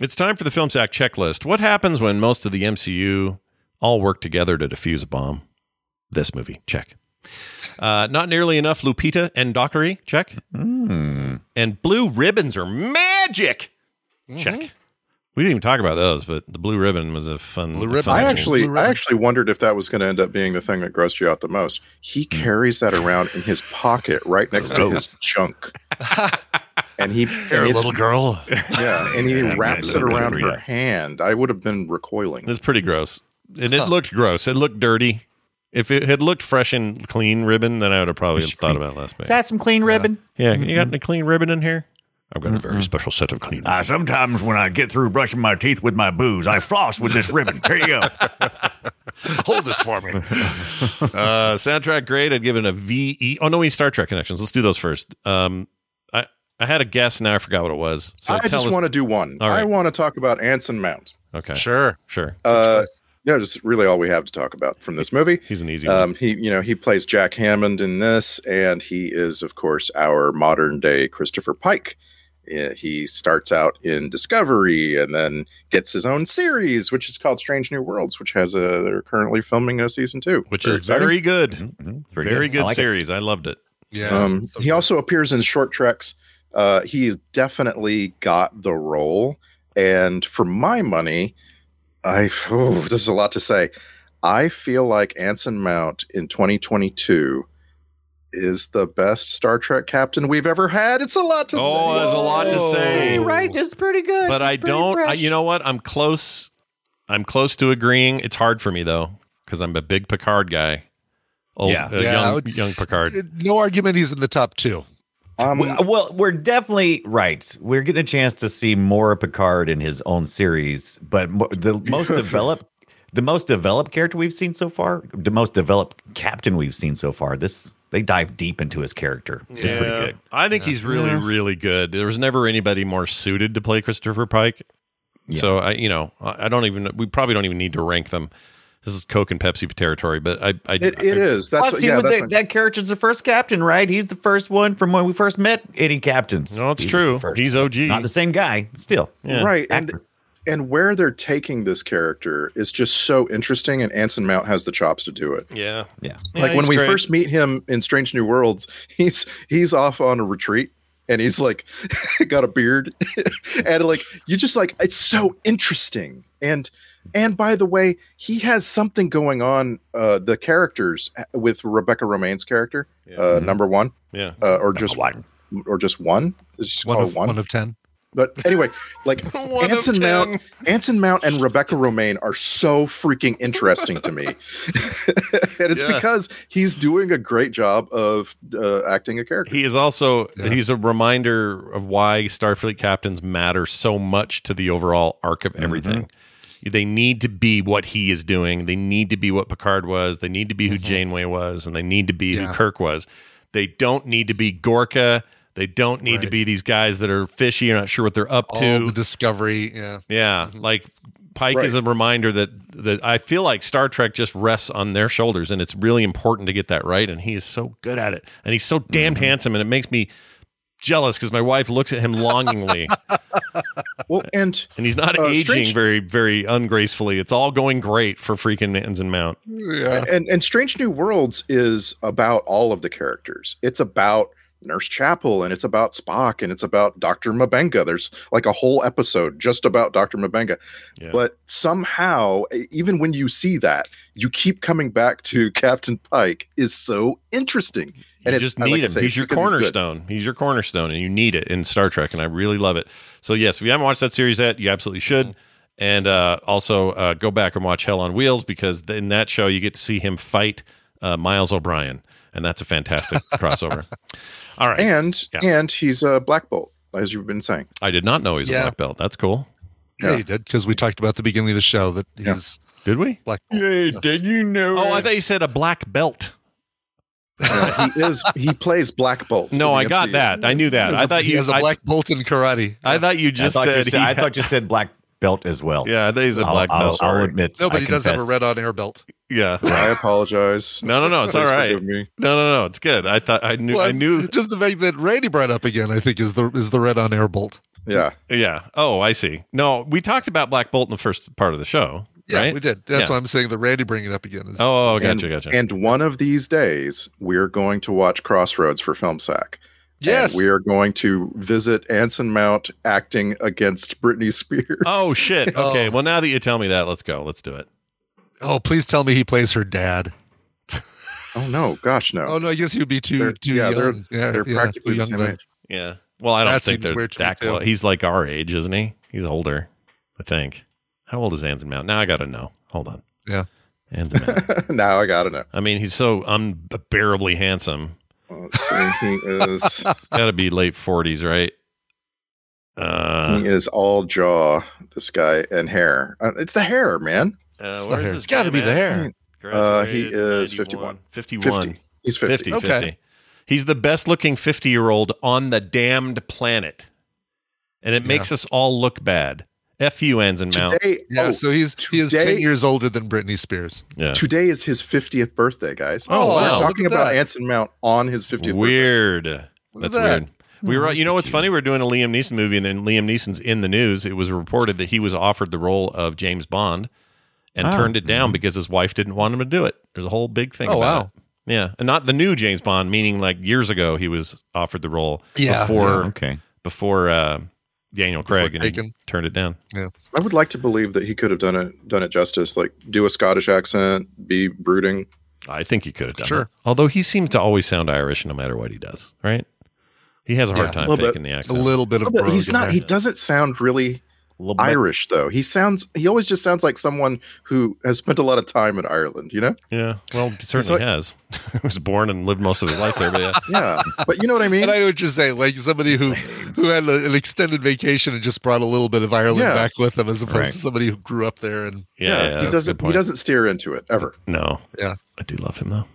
It's time for the film sack checklist. What happens when most of the MCU all work together to defuse a bomb? This movie, check. Uh, not nearly enough Lupita and Dockery, check.
Hmm.
Mm.
And blue ribbons are magic,
Mm-hmm.
check. We didn't even talk about those, but the blue ribbon was a fun.
Blue
a
ribbon.
fun
I
little-
actually, I actually wondered if that was going to end up being the thing that grossed you out the most. He
Hmm.
carries that around in his pocket, right next to his junk, and he,
Here,
and it's-
little girl.
yeah, and he wraps it around her
Yeah.
hand. I would have been recoiling.
It's pretty gross. And it looked gross. It looked dirty. If it had looked fresh and clean ribbon, then I would have probably thought about it last
Is
night.
that some clean ribbon?
Yeah, you got a clean ribbon in here? I've got a very special set of clean.
Uh, sometimes when I get through brushing my teeth with my booze, I floss with this ribbon. Here you go.
Hold this for me.
Uh, soundtrack grade. I'd given a VE. Oh no, we Star Trek connections. Let's do those first. Um, I I had a guess. Now I forgot what it was. So
I
tell
just
us.
want to do one.
All right.
I want to talk about Anson Mount.
okay, sure.
Sure.
Uh, yeah, that's really all we have to talk about from this movie.
He's an easy
Um,
one.
he, you know, he plays Jack Hammond in this, and he is, of course, our modern day Christopher Pike. Uh, He starts out in Discovery, and then gets his own series, which is called Strange New Worlds, which has a they're currently filming a season two,
Which is
exciting.
very good.
Mhm. It's pretty
Very good
I like it.
series. I loved it.
Yeah.
Um,
So
he
good.
also appears in short treks. Uh, he's definitely got the role, and for my money, I oh, this is a lot to say. I feel like Anson Mount in 2022 is the best Star Trek captain we've ever had. It's a lot to
Oh,
say.
there's a lot to say.
Hey, right, it's pretty good.
But
It's
I
pretty
don't. I,
fresh.
you know what? I'm close. I'm close to agreeing. It's hard for me though because I'm a big Picard guy. Old,
Yeah.
uh,
Yeah, I
young,
would-
young Picard.
No argument he's in the top two.
Um,
uh,
W- uh, Well, we're definitely right. We're getting a chance to see more of Picard in his own series, but mo- the most developed, the most developed character we've seen so far, the most developed captain we've seen so far. This they dive deep into his character. It's pretty
Yeah.
good.
I think he's really, really good. There was never anybody more suited to play Christopher Pike.
Yeah.
So I, you know, I I don't even. We probably don't even need to rank them. This is Coke and Pepsi territory, but I, I,
it, it is. That's
Plus, he
yeah.
was
that's
the-
my-
that character's the first captain, right? He's the first one from when we first met any captains.
No, it's
He was
true.
the first.
He's OG.
Not the same guy, still.
Yeah.
right and
Actor.
and where they're taking this character is just so interesting and anson mount has the chops to do it
yeah,
Yeah.
like when
he's
we
great.
first meet him in strange new worlds he's he's off on a retreat and he's like got a beard and like you just like it's so interesting And and by the way, he has something going on. Uh, the characters with Rebecca Romaine's character, uh,
Mm-hmm.
Mhm.
number one,
Yeah.
uh, or just one, or just one. Is she
One
called
of,
one?
one of ten.
But anyway, like
One of
Anson Mount, Anson Mount, and Rebecca Romaine are so freaking interesting to me, and it's
Yeah.
because he's doing a great job of uh, acting a character.
He is also
Yeah.
he's a reminder of why Starfleet captains matter so much to the overall arc
Mm-hmm.
of everything. They need to be what he is doing. They need to be what Picard was. They need to be who Janeway was, and they need to be who
Mm-hmm. Yeah.
Kirk was. They don't need to be Gorka. They don't need to
Right.
be these guys that are fishy. You're not sure what they're up
All
to.
the discovery. Yeah.
Yeah, like Pike is a
Right.
reminder that that I feel like Star Trek just rests on their shoulders, and it's really important to get that right. And he is so good at it, and he's so damned
Mm-hmm.
handsome, and it makes me jealous because my wife looks at him longingly,
Well, and
and he's not
Uh,
aging
strange-
very, very ungracefully. It's all going great for freaking Mans and Mount.
Yeah.
and and Strange New Worlds is about all of the characters. It's about Nurse Chapel and it's about Spock and it's about Dr. Mabenga. There's like a whole episode just about Dr. Mabenga.
Yeah.
But somehow e- even when you see that, you keep coming back to Captain Pike is so interesting.
You
and it's
just
I like
need
to
him.
say,
he's your
because good.
cornerstone. He's, your cornerstone, and you need it in Star Trek. And I really love it. So yes, if you haven't watched that series yet, you absolutely should. And uh, also uh, go back and watch Hell on Wheels because in that show you get to see him fight uh, Miles O'Brien, and that's a fantastic crossover. All right,
And
Yeah.
and he's a Black Bolt, as you've been saying.
I did not know he's
Yeah.
a black belt. That's cool.
Yeah,
Yeah.
you did because we talked about at the beginning of the show that he's
Did we?
like
Hey, did you know?
Oh, I thought you said a black belt.
Uh, he is he plays Black Bolt.
No,
in
I
the
got
MCU.
that. I knew that. I thought
he
you.
has a
I-
black bolt in karate.
I, thought you just
I thought,
said.
you said,
he
I
had-
thought you said black belt as well.
yeah, I thought he said
I'll,
black
I'll-
belt.
I'll admit.
No, but
I
he does have a
confess.
red on air belt.
yeah.
I apologize.
No, no, no. It's all
Please
right.
forgive me.
No, no, no. It's good. I thought I knew. I
Well,
knew.
just the fact that Randy brought up again. I think is the is the red on air bolt.
Yeah.
Yeah. Oh, I see. No, we talked about Black Bolt in the first part of the show,
Yeah,
right?
we did. That's
Yeah.
why I'm saying that Randy bringing it up again is
Oh, oh,
and,
gotcha, gotcha.
And one of these days, we're going to watch Crossroads for Film Sack.
yes.
we are going to visit Anson Mount acting against Britney Spears.
oh shit.
Oh.
Okay. Well, now that you tell me that, let's go. Let's do it.
Oh, please tell me he plays her dad.
Oh, no. Gosh, no.
Oh no, I guess he would be too
They're-
too
yeah, they're-
young. yeah,
They're
yeah,
practically
too young
the same
then.
age.
Yeah. Well, I don't
That
think
seems
they're
weird to me,
that
too.
close. He's like our age, isn't he? He's older, I think. How old is Anson Mount? Now I gotta know. Hold on.
Yeah.
Anson Mount.
now I got to know.
I mean, he's so unbearably handsome.
Let's see. He is,
Uh-huh.
It's gotta be late forties, right? Uh,
he is all jaw, this guy, and hair. Uh, it's the hair, man.
uh
It's the
where's
hair.
this
It's gotta
guy
be the
at?
hair.
Uh, he is
91.
51.
51.
50. He's 50.
50
Okay.
50 he's the best looking 50 year old on the damned planet and it makes us all look bad f you ends and mount
Today,
Yeah,
oh,
so he's he is
today-
ten years older than Britney Spears.
yeah
today is his 50th birthday, guys.
Oh,
We're
wow. Look
talking
at
about
that.
Anson Mount on his 50th
weird
Look at
that's
that.
weird we
Hmm.
were you know what's funny we were doing a liam neeson movie and then liam neeson's in the news it was reported that he was offered the role of james bond and
Ah.
turned it down because his wife didn't want him to do it there's a whole big thing
Oh,
about
wow.
it. yeah and not the new james bond meaning like years ago he was offered the role
Yeah.
before
Okay.
before uh, Daniel Craig and he
Taken.
turned it down.
I would like to believe that he could have done it done it justice, like do a Scottish accent, be brooding.
I think he could have done
Sure.
it. Although he seems to always sound Irish no matter what he does, right? He has a hard
Yeah,
time
a little
faking the
A
accent.
little bit of
Oh, but
brogue
he's
in
not.
there.
He doesn't sound really
Little bit-
Irish, though. He sounds. He always just sounds like someone who has spent a lot of time in Ireland. You know?
Yeah. Well, he certainly
like-
has. he was born and lived most of his life there, but yeah.
Yeah. but you know what I mean?
And I know what you're saying, like somebody who who had a- an extended vacation and just brought a little bit of Ireland
Yeah.
back with them, as opposed
Right.
to somebody who grew up there. And
Yeah. yeah, that's a
he
good
doesn't. He
point.
doesn't steer into it ever.
No.
Yeah.
I do love him though.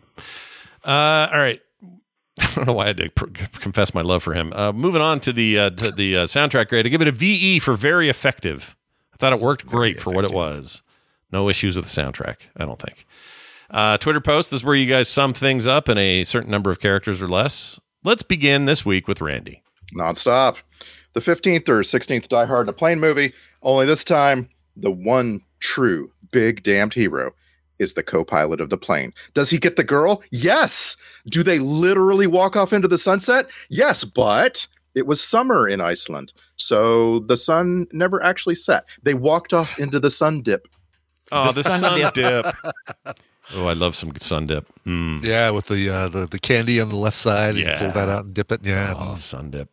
Uh, all right. I don't know why I had to pr- confess my love for him. Uh, moving on to the uh, to the uh, soundtrack grade, I give it a VE for very effective. I thought it worked great for what it was. No issues with the soundtrack, I don't think. Uh, Twitter post. This is where you guys sum things up in a certain number of characters or less. Let's begin this week with Randy.
nonstop. The 15th or 16th Die Hard in a plane movie, only this time the one true big damned hero is the co-pilot of the plane. Does he get the girl? Yes. Do they literally walk off into the sunset? Yes, but
It was summer in Iceland, so the sun never actually set. They walked off into the sun dip.
Oh, the, sun, dip. oh, I love some sun dip.
Hmm.
Mm.
Yeah, with the uh, the the candy on the left side, you pull that out and dip it. Yeah,
oh, sun dip.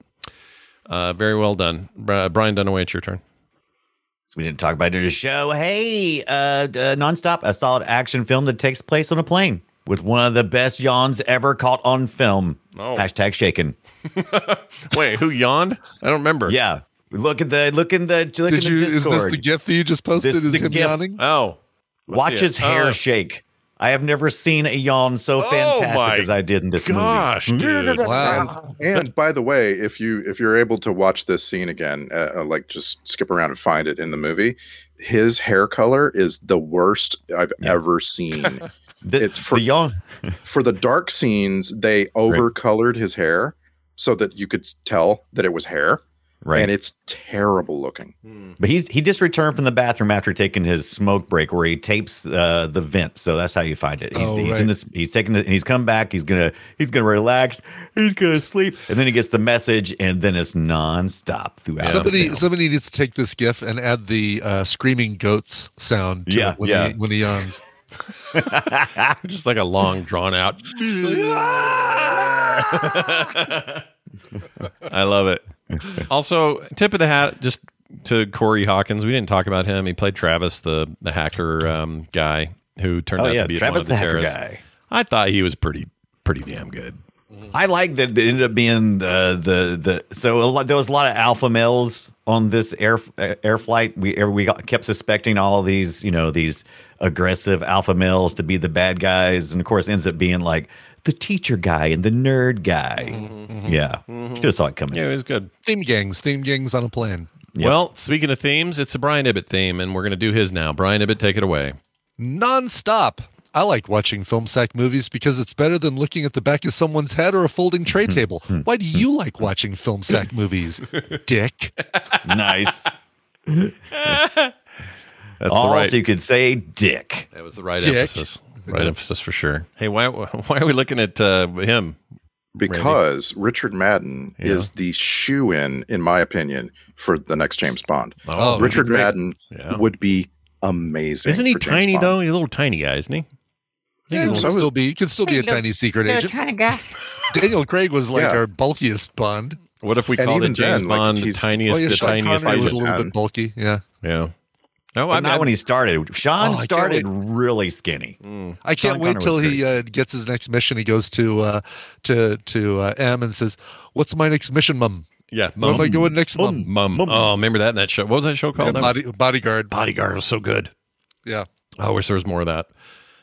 Uh, very well done, Bri- uh, Brian Dunaway. It's your turn.
So we didn't talk about it in the show. Hey, uh, uh, nonstop, a solid action film that takes place on a plane with one of the best yawns ever caught on film.
Oh.
Hashtag shaken.
Wait, who yawned? I don't remember.
Yeah, look at the look in the look in
Did
the
you? Is this
Discord.
the gift that you just posted?
This
is
the
him
gift.
yawning?
Oh, Let's
Watch
see it.
his hair
Uh,
Oh.
shake. I have never seen a yawn so
Oh
my
fantastic as I did in this
gosh,
movie.
dude.
Wow.
And by the way, if you if you're able to watch this scene again, uh, uh, like just skip around and find it in the movie, his hair color is the worst I've ever seen.
The,
it's for
the yawn.
for the dark scenes, they overcolored his hair so that you could tell that it was hair.
Right.
And it's terrible looking.
Mm,
But he's he just returned from the bathroom after taking his smoke break, where he tapes uh, the vent. So that's how you find it. He's,
Oh,
he's
right.
in this. He's taking it. and He's come back. He's gonna he's gonna relax. He's gonna sleep, and then he gets the message, and then it's nonstop throughout. the
Somebody,
film.
somebody needs to take this GIF and add the uh, screaming goats sound. to
Yeah,
it when
yeah.
He, when he yawns.
Oh,
Just like a long, drawn out. I love it. Also, tip of the hat just to Corey Hawkins. We didn't talk about him. He played Travis, the the hacker um, guy who turned
Oh,
out
yeah,
to be
Travis
one of the,
the hacker
terrorists.
guy.
I thought he was pretty pretty damn good.
I like that it ended up being the the the so a lot, there was a lot of alpha males on this air uh, air flight. We er, we got, kept suspecting all these you know these aggressive alpha males to be the bad guys, and of course ends up being like the teacher guy and the nerd guy.
Mm-hmm.
Yeah, should have saw it coming.
Yeah, he was good.
Theme gangs, theme gangs on a plane.
Yep.
Well, speaking of themes, it's a Brian Ibbett theme, and we're going to do his now. Brian Ibbett, take it away.
nonstop. I like watching film sack movies because it's better than looking at the back of someone's head or a folding tray table. Why do you like watching film sack movies, Dick?
Nice.
That's
all
the right.
you could say, Dick.
That was the right
Dick.
emphasis. Right emphasis for sure. Hey, why why are we looking at uh, him?
Because Richard Madden
Yeah.
is the shoe in, in my opinion, for the next James Bond.
Oh, that'd be
Richard
great.
Madden
Yeah.
would be amazing.
Isn't he
for James
tiny
Bond.
though? He's a little tiny guy, isn't he?
Yeah, you
so
can
is-
still be, you can still be a tiny secret agent. Daniel Craig was like
Yeah.
our bulkiest Bond.
What if we
And
called it
even
James
then, like,
Bond
he's-
Oh
tiniest
yeah,
the
Sean
tiniest
Connery was a
agent?
little bit
agent.
bulky. Yeah,
Yeah. No,
But
I'm
not when he started.
Oh, I
Sean
can't
started really skinny.
Mm.
I can't
Sean
wait
Connery
till
was
he uh, gets his next mission. He goes to uh, to to uh, M and says, "What's my next mission, Mum?
Yeah,
Where am I going next,
Mum,
Mum?"
mum. Oh, remember that in that show? What was that show
Yeah,
called?
body, bodyguard.
Bodyguard was so good.
Yeah.
I wish there was more of that.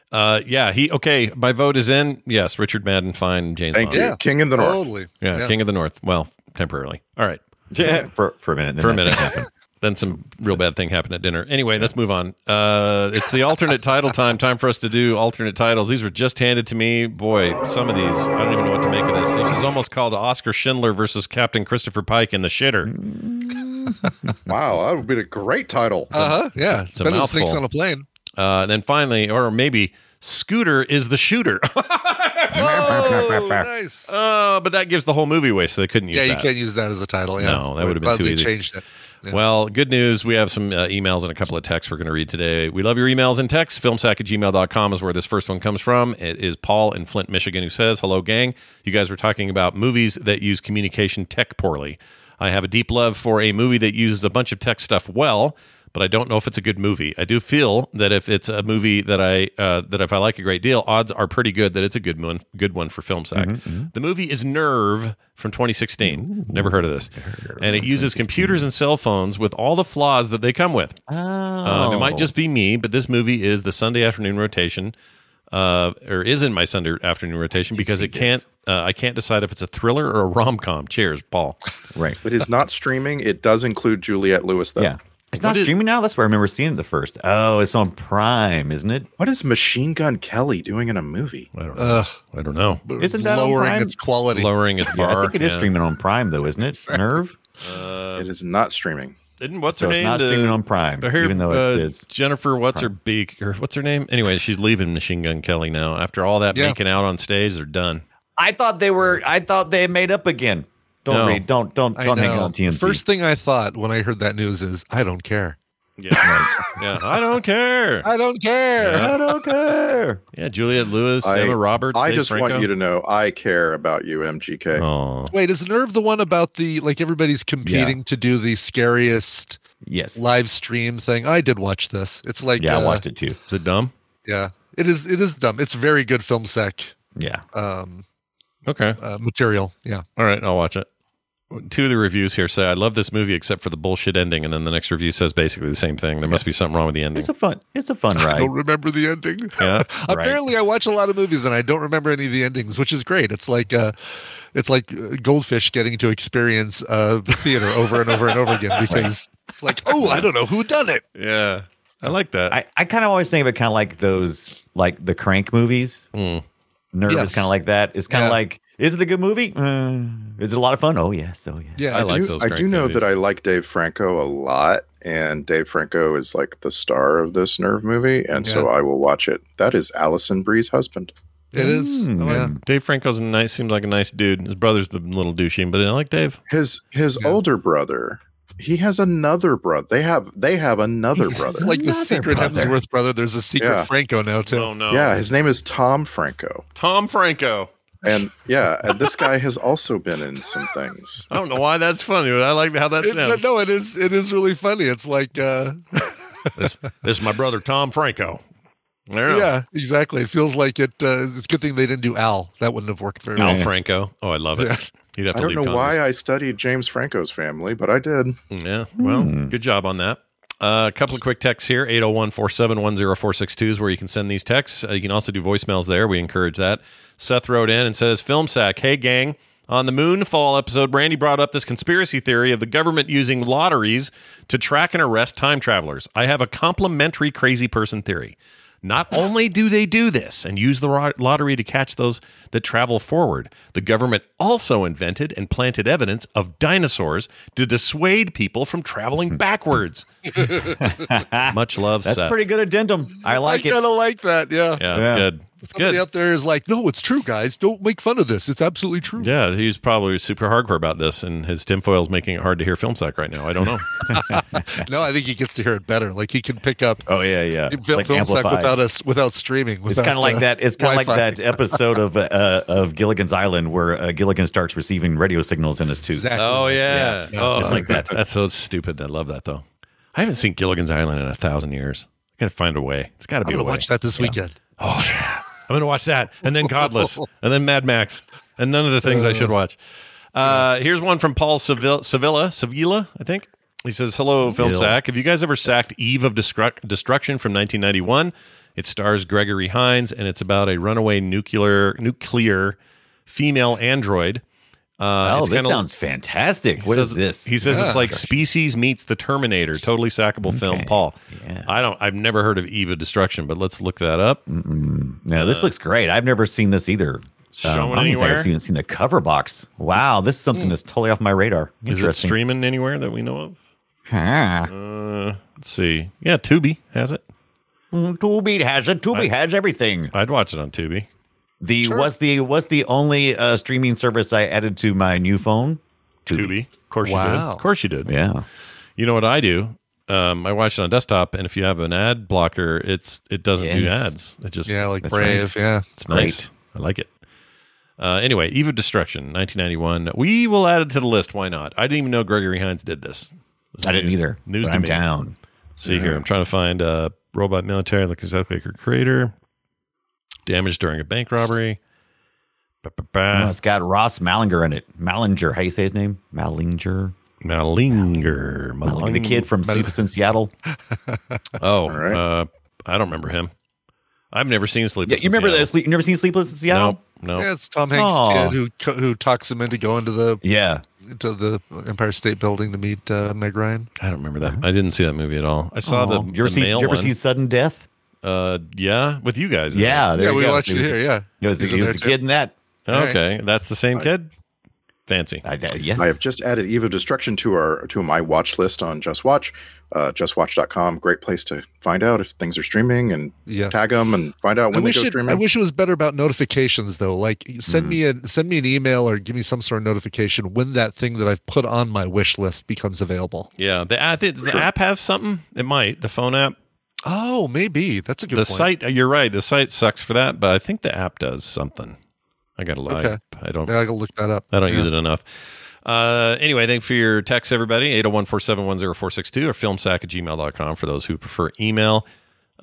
Uh, yeah, he okay. My vote is in. Yes, Richard Madden, fine. James
Thank
Bond.
you. King in the North.
Totally.
Yeah, King of the North. Well, temporarily. All right,
Yeah, for, for a minute. then
for a
that
minute.
thing
happened. Then some real bad thing happened at dinner. Anyway, let's move on. Uh, it's the alternate title time. Time for us to do alternate titles. These were just handed to me. Boy, some of these I don't even know what to make of this. This is almost called Oscar Schindler versus Captain Christopher Pike in the shitter.
Wow, that would be a great title.
Uh huh. Yeah. It's
a
better than snakes
mouthful.
on a plane.
Uh, and then finally, or maybe Scooter is the shooter.
Oh, nice.
uh, but that gives the whole movie away, so they couldn't use
yeah,
that.
you can't use that as a title. Yeah.
No, that
I'm
would've been
glad
too
they
easy.
Changed it. Yeah.
Well, good news. We have some uh, emails and a couple of texts we're going to read today. We love your emails and texts. Filmsack at gmail.com is where this first one comes from. It is Paul in Flint, Michigan, who says, Hello, gang. You guys were talking about movies that use communication tech poorly. I have a deep love for a movie that uses a bunch of tech stuff well, but I don't know if it's a good movie. I do feel that if it's a movie that I uh, that if I like a great deal, odds are pretty good that it's a good one. Good one for film sack.
Mm-hmm,
The movie is Nerve from 2016. Never heard of this, and it uses computers and cell phones with all the flaws that they come with.
Oh,
Uh, it might just be me, but this movie is the Sunday afternoon rotation, uh, or is in my Sunday afternoon rotation because it can't. Uh, I can't decide if it's a thriller or a rom com. Cheers, Paul.
right.
It is not streaming. It does include Juliette Lewis, though.
Yeah. It's not streaming now. That's where I remember seeing it the first. Oh, it's on Prime, isn't it?
What is Machine Gun Kelly doing in a movie?
I don't know.
Ugh,
I don't know.
Isn't that on
lowering
Prime?
its quality?
Lowering its
Yeah,
bar.
I think it is
yeah.
streaming on Prime though, isn't it? Nerve.
Uh,
it is not streaming.
Didn't what's
So
her
it's
name?
not
uh,
the-
streaming on Prime,
I hear,
even though
uh,
it says
Jennifer. What's her beak? Or what's her name? Anyway, she's leaving Machine Gun Kelly now. After all that
Yeah.
making out on stage, they're done.
I thought they were. I thought they made up again. Don't
No.
read. Don't don't
I
don't hang out
know.
on TNC.
First thing I thought when I heard that news is, I don't care.
Yeah, yeah. I don't care.
I don't care.
Yeah.
I
don't care.
Yeah, Juliet Lewis,
I-
Emma Roberts.
I
Dave
just
Franco.
want you to know I care about you, MGK.
Oh.
Wait, is Nerve the one about the like everybody's competing to do the scariest
yes
live stream thing? I did watch this. It's like
yeah, I
uh,
watched it too.
Is it dumb?
Yeah, it is. It is dumb. It's very good film sec
Yeah.
um,
Okay.
uh, material. Yeah,
All right, I'll watch it. Two of the reviews here say, I love this movie except for the bullshit ending. And then the next review says basically the same thing. There must be something wrong with the ending.
It's a fun. It's a fun
I
ride.
don't remember the ending.
Yeah.
Apparently, I watch a lot of movies and I don't remember any of the endings, which is great. It's like uh, it's like uh, goldfish getting to experience uh, the theater over and over and over again because it's like, oh, I don't know who done it.
Yeah. I like that.
I, I kind of always think of it kind of like those like the crank movies.
Hmm.
Nerve
Yes.
is kind of like that. It's kind of
Yeah.
like, is it a good movie? Uh, is it a lot of fun? Oh yes. Oh yes.
Yeah,
I
I
like
do-
those.
I
crank
do know
movies.
that I like Dave Franco a lot, and Dave Franco is like the star of this Nerve movie, and so I will watch it. That is Allison Bree's husband.
It is.
Mm.
Yeah.
Dave Franco's a nice, seems like a nice dude. His brother's been a little douchey, but I like Dave.
His his older brother. He has another brother. They have they have another brother.
It's like the secret
brother.
Hemsworth brother. There's a secret
Yeah.
Franco now too.
Oh, no.
Yeah, his name is Tom Franco,
Tom Franco.
and yeah, and this guy has also been in some things.
I don't know why that's funny, but I like how that
It-
sounds.
no, it is. It is really funny. It's like, uh,
this, this is my brother, Tom Franco. There.
yeah, exactly. It feels like it. Uh, it's a good thing they didn't do Al. That wouldn't have worked very
Al
well.
Franco. Oh, I love it. You'd have to
I don't
leave
know why
Congress.
I studied James Franco's family, but I did.
Yeah. Well, good job on that. Uh, a couple of quick texts here 801 471 0462 is where you can send these texts. Uh, you can also do voicemails there. We encourage that. Seth wrote in and says, Film sack, hey gang. On the Moonfall episode, Brandy brought up this conspiracy theory of the government using lotteries to track and arrest time travelers. I have a complimentary crazy person theory. Not only do they do this and use the ro- lottery to catch those that travel forward, the government also invented and planted evidence of dinosaurs to dissuade people from traveling backwards. Much love,
That's
Seth.
pretty good addendum. I like
I
it.
kind of like that. Yeah.
Yeah, that's
Yeah.
good. That's
Somebody
good.
out there is like, no, it's true, guys. Don't make fun of this. It's absolutely true.
Yeah, he's probably super hardcore about this, and his tinfoil's making it hard to hear film sack right now. I don't know.
No, I think he gets to hear it better. Like he can pick up
Oh yeah, yeah.
Fil- film sec
amplified.
without us without streaming.
It's kind of
without,
like
uh,
that. It's kind of like
Wi-Fi.
that episode of uh, of Gilligan's Island where uh, Gilligan starts receiving radio signals in his tooth.
Exactly.
oh yeah, oh,
just like that.
That's so stupid. I love that though. I haven't seen Gilligan's Island in a thousand years. I gotta find a way. It's gotta
I'm
be a
gonna
way.
watch that this weekend.
Oh yeah. I'm gonna watch that. And then Godless. and then Mad Max. And none of the things I should watch. Uh, here's one from Paul Sevilla, Sevilla, Sevilla, I think. He says, "Hello, film
Seville.
sack. Have you guys ever sacked Eve of Destruct- Destruction from 1991? It stars Gregory Hines, and it's about a runaway nuclear nuclear female android. Uh,
Oh,
it's
this
kinda-
sounds fantastic.
he
What
says,
is this?
He says
Yeah.
it's like Species meets the Terminator. Totally sackable film, Paul.
Yeah.
I don't. I've never heard of Eve of Destruction, but let's look that up.
No, this looks great. I've never seen this either. Um,
Shown
I don't think
uh, anywhere?
I've seen, seen the cover box. Wow, this is something that's totally off my radar.
Is it
Interesting.
streaming anywhere that we know of?
Ah.
Uh, let's see. Yeah, Tubi has it.
Mm, Tubi has it. Tubi has everything.
I'd watch it on Tubi.
The was the was the only uh, streaming service I added to my new phone.
Tubi. Of course you did.
Wow.
Of course you did.
Yeah.
You know what I do? Um, I watch it on desktop, and if you have an ad blocker, it's it doesn't do
Yes.
ads. It just
Yeah, like
That's
Brave. Yeah.
It's nice. I like it. Uh, anyway, Eve of Destruction, 1991. We will add it to the list. Why not? I didn't even know Gregory Hines did this. This is
I didn't
news-
either.
News
but
to
I'm
me.
down.
See here, I'm trying to find uh, robot military look exactly like her creator. Damaged during a bank robbery. Ba, ba, ba.
No, it's got Ross Malinger in it. Malinger, how you say his name? Malinger.
Malinger.
Malinger. The kid from Sleepless in Seattle.
Oh,
right.
uh, I don't remember him. I've never seen Sleep.
Yeah, you remember that? Sleep, you never seen Sleepless in Seattle?
No, no.
Yeah, it's Tom Hanks'
Aw.
kid who co- who talks him into going to the
Yeah.
to the Empire State Building to meet uh, Meg Ryan.
I don't remember that. I didn't see that movie at all. I saw
Aw.
the,
Uh-huh. Oh, you ever,
the
see,
male
you ever
one.
see Sudden Death?
uh, yeah, with you guys. in
Yeah. There
yeah,
you
we
go.
watched it
He was-
here. Yeah.
He was,
He's
he
in
was
there,
the
too.
kid in that.
it. Okay, that's the same kid. Fancy.
I, that yeah.
I have just added Eve of Destruction to our to my watch list on Just Watch.
uh, justwatch.com. Great place to find out if things are streaming and
Yes.
tag them and find out
I
when they
wish
go
it,
streaming.
I wish it was better about notifications though. Like send me a send me an email or give me some sort of notification when that thing that I've put on my wish list becomes available.
Yeah, the, I think, does the
Sure.
app have something? It might. The phone app.
Oh, maybe that's a good.
the
point.
site. uh, You're right. The site sucks for that, but I think the app does something. I gotta lie.
Okay.
I don't.
Yeah, I can look that up.
I don't
Yeah.
use it enough. Uh, anyway, thank you for your text, everybody. 801 471 0462 or filmsack at gmail.com for those who prefer email.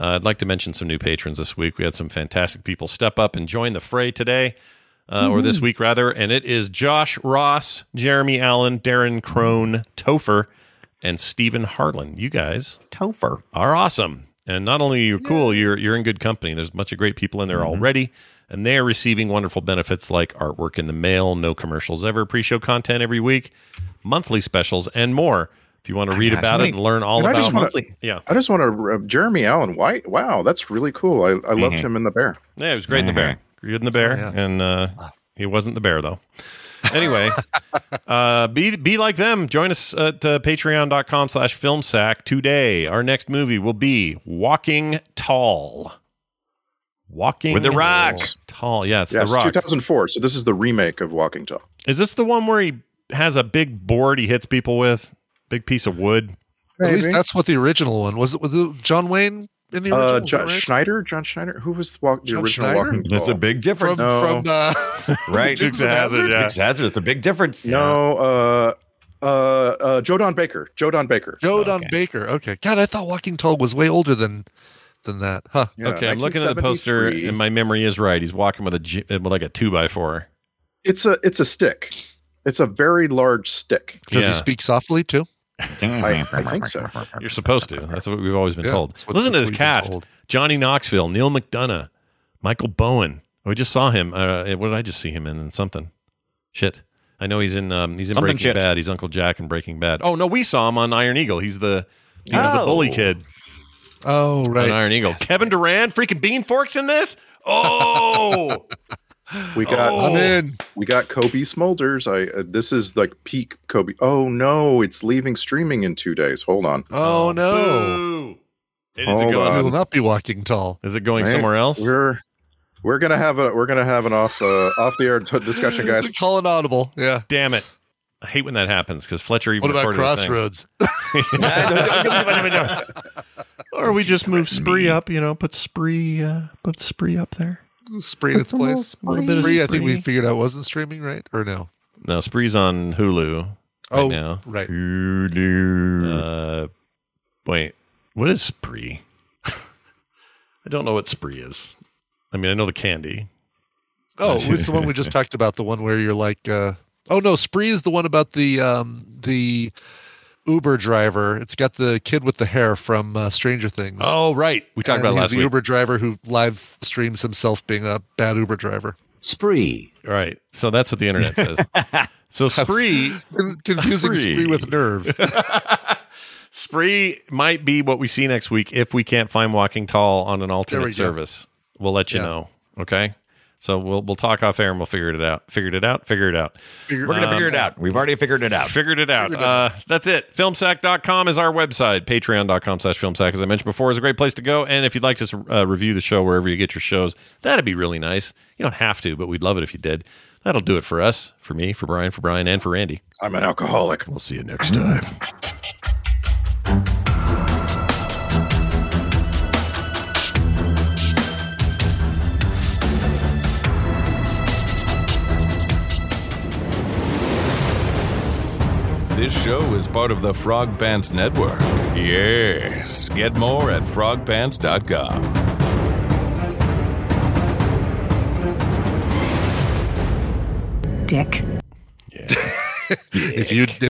Uh, I'd like to mention some new patrons this week. We had some fantastic people step up and join the fray today, uh,
Mm-hmm.
or this
Mhm.
week rather. And it is Josh Ross, Jeremy Allen, Darren Crone, Topher, and Stephen Harlan. You guys
Topher
are awesome. And not only you're cool, you're you're in good company. There's a bunch of great people in there already, and they are receiving wonderful benefits like artwork in the mail, no commercials ever, pre-show content every week, monthly specials, and more. If you want to read
gosh,
about
how
it
many-
and learn all
And I
about
just wanna-
yeah,
I just want to. Uh, Jeremy Allen White. Wow, that's really cool. I, I loved
Mhm.
Mm-hmm.
him in The Bear.
yeah, it was great in the bear, good in the bear, and uh, he wasn't the bear though. Anyway, uh, be be like them. Join us at uh, patreon.com slash filmsack today. Our next movie will be Walking Tall. Walking
With The Rock.
Tall. Yeah, it's
Yes,
The Rock.
2004. So this is the remake of Walking Tall.
Is this the one where he has a big board he hits people with? Big piece of wood?
At least that's what the original one was. It was it John Wayne in the original.
Uh,
Is
John
that right?
Schneider. John Schneider. Who was the, walk, the
John
original
Schneider?
Walking Tall?
That's a big difference.
No.
From- from, uh,
right?
Dukes of Hazzard, yeah.
Dukes of Hazzard. It's a big difference.
No, uh, uh, uh, Joe Don Baker. Joe Don Baker.
Joe Don Baker. Okay. God, I thought Walking Tall was way older than than that. Huh.
okay, I'm looking at the poster, and my memory is right. He's walking with a j- with like a two by four.
It's a it's a stick. It's a very large stick.
Does
Yeah.
he speak softly too?
I, I think so.
You're supposed to. That's what we've always been
Yeah,
told.
that's what-
Listen to
that's
this
what we've been
cast:
told.
Johnny Knoxville, Neil McDonough, Michael Bowen. We just saw him. Uh, what did I just see him in? in something. Shit. I know he's in. Um, he's in
Something
Breaking
shit.
Bad. He's Uncle Jack in Breaking Bad. Oh no, we saw him on Iron Eagle. He's the he was the
Oh.
bully kid
Oh
on
right.
Iron Eagle. Kevin Durant, freaking Bean Forks in this. Oh.
We got
Oh. I'm in.
we got Kobe Smolders. I uh, this is like peak Kobe. Oh no, it's leaving streaming in two days. Hold on.
Oh, no.
Boo. It
Hold
is it
We will
going?
on.
not be walking tall.
Is it going
Man,
somewhere else?
We're we're gonna have a we're gonna have an off uh, off the air t- discussion, guys.
Call an audible. Yeah.
Damn it! I hate when that happens because Fletcher even
What about
recorded a thing.
Crossroads?
Or we just move Spree up, you know, put Spree, uh, put Spree up there.
Spree in
It's
its
a little
place.
spree. A little bit of
Spree, I think
spree.
we figured out wasn't streaming, right? Or no?
No, Spree's on Hulu right
Oh,
now.
right.
Hulu. Uh, wait, what is Spree? I don't know what Spree is. I mean, I know the candy.
Oh, it's the one we just talked about. The one where you're like, uh, oh no, Spree is the one about the um, the Uber driver. It's got the kid with the hair from uh, Stranger Things.
Oh, right. We talked
And
about it
he's
last
the
week.
Uber driver who live streams himself being a bad Uber driver.
Spree. Right. So that's what the internet says. so Spree
Con- confusing spree.
Spree.
with nerve.
Spree might be what we see next week if we can't find Walking Tall on an alternate
we go.
service. We'll let you
Yeah.
know. Okay. So we'll we'll talk off air and we'll figure it out. Figured it out. Figure it out.
Figure-
We're gonna
Um,
figure it out. We've already figured it out.
Figured it out.
Figured it
Uh, that's it. Filmsack.com is our website. Patreon.com slash filmsack, as I mentioned before, is a great place to go. And if you'd like to uh, review the show wherever you get your shows, that'd be really nice. You don't have to, but we'd love it if you did. That'll do it for us, for me, for Brian, for Brian, and for Andy.
I'm an alcoholic.
We'll see you next time.
This show is part of the Frog Pants Network. Yes. Get more at frogpants.com.
Dick.
if you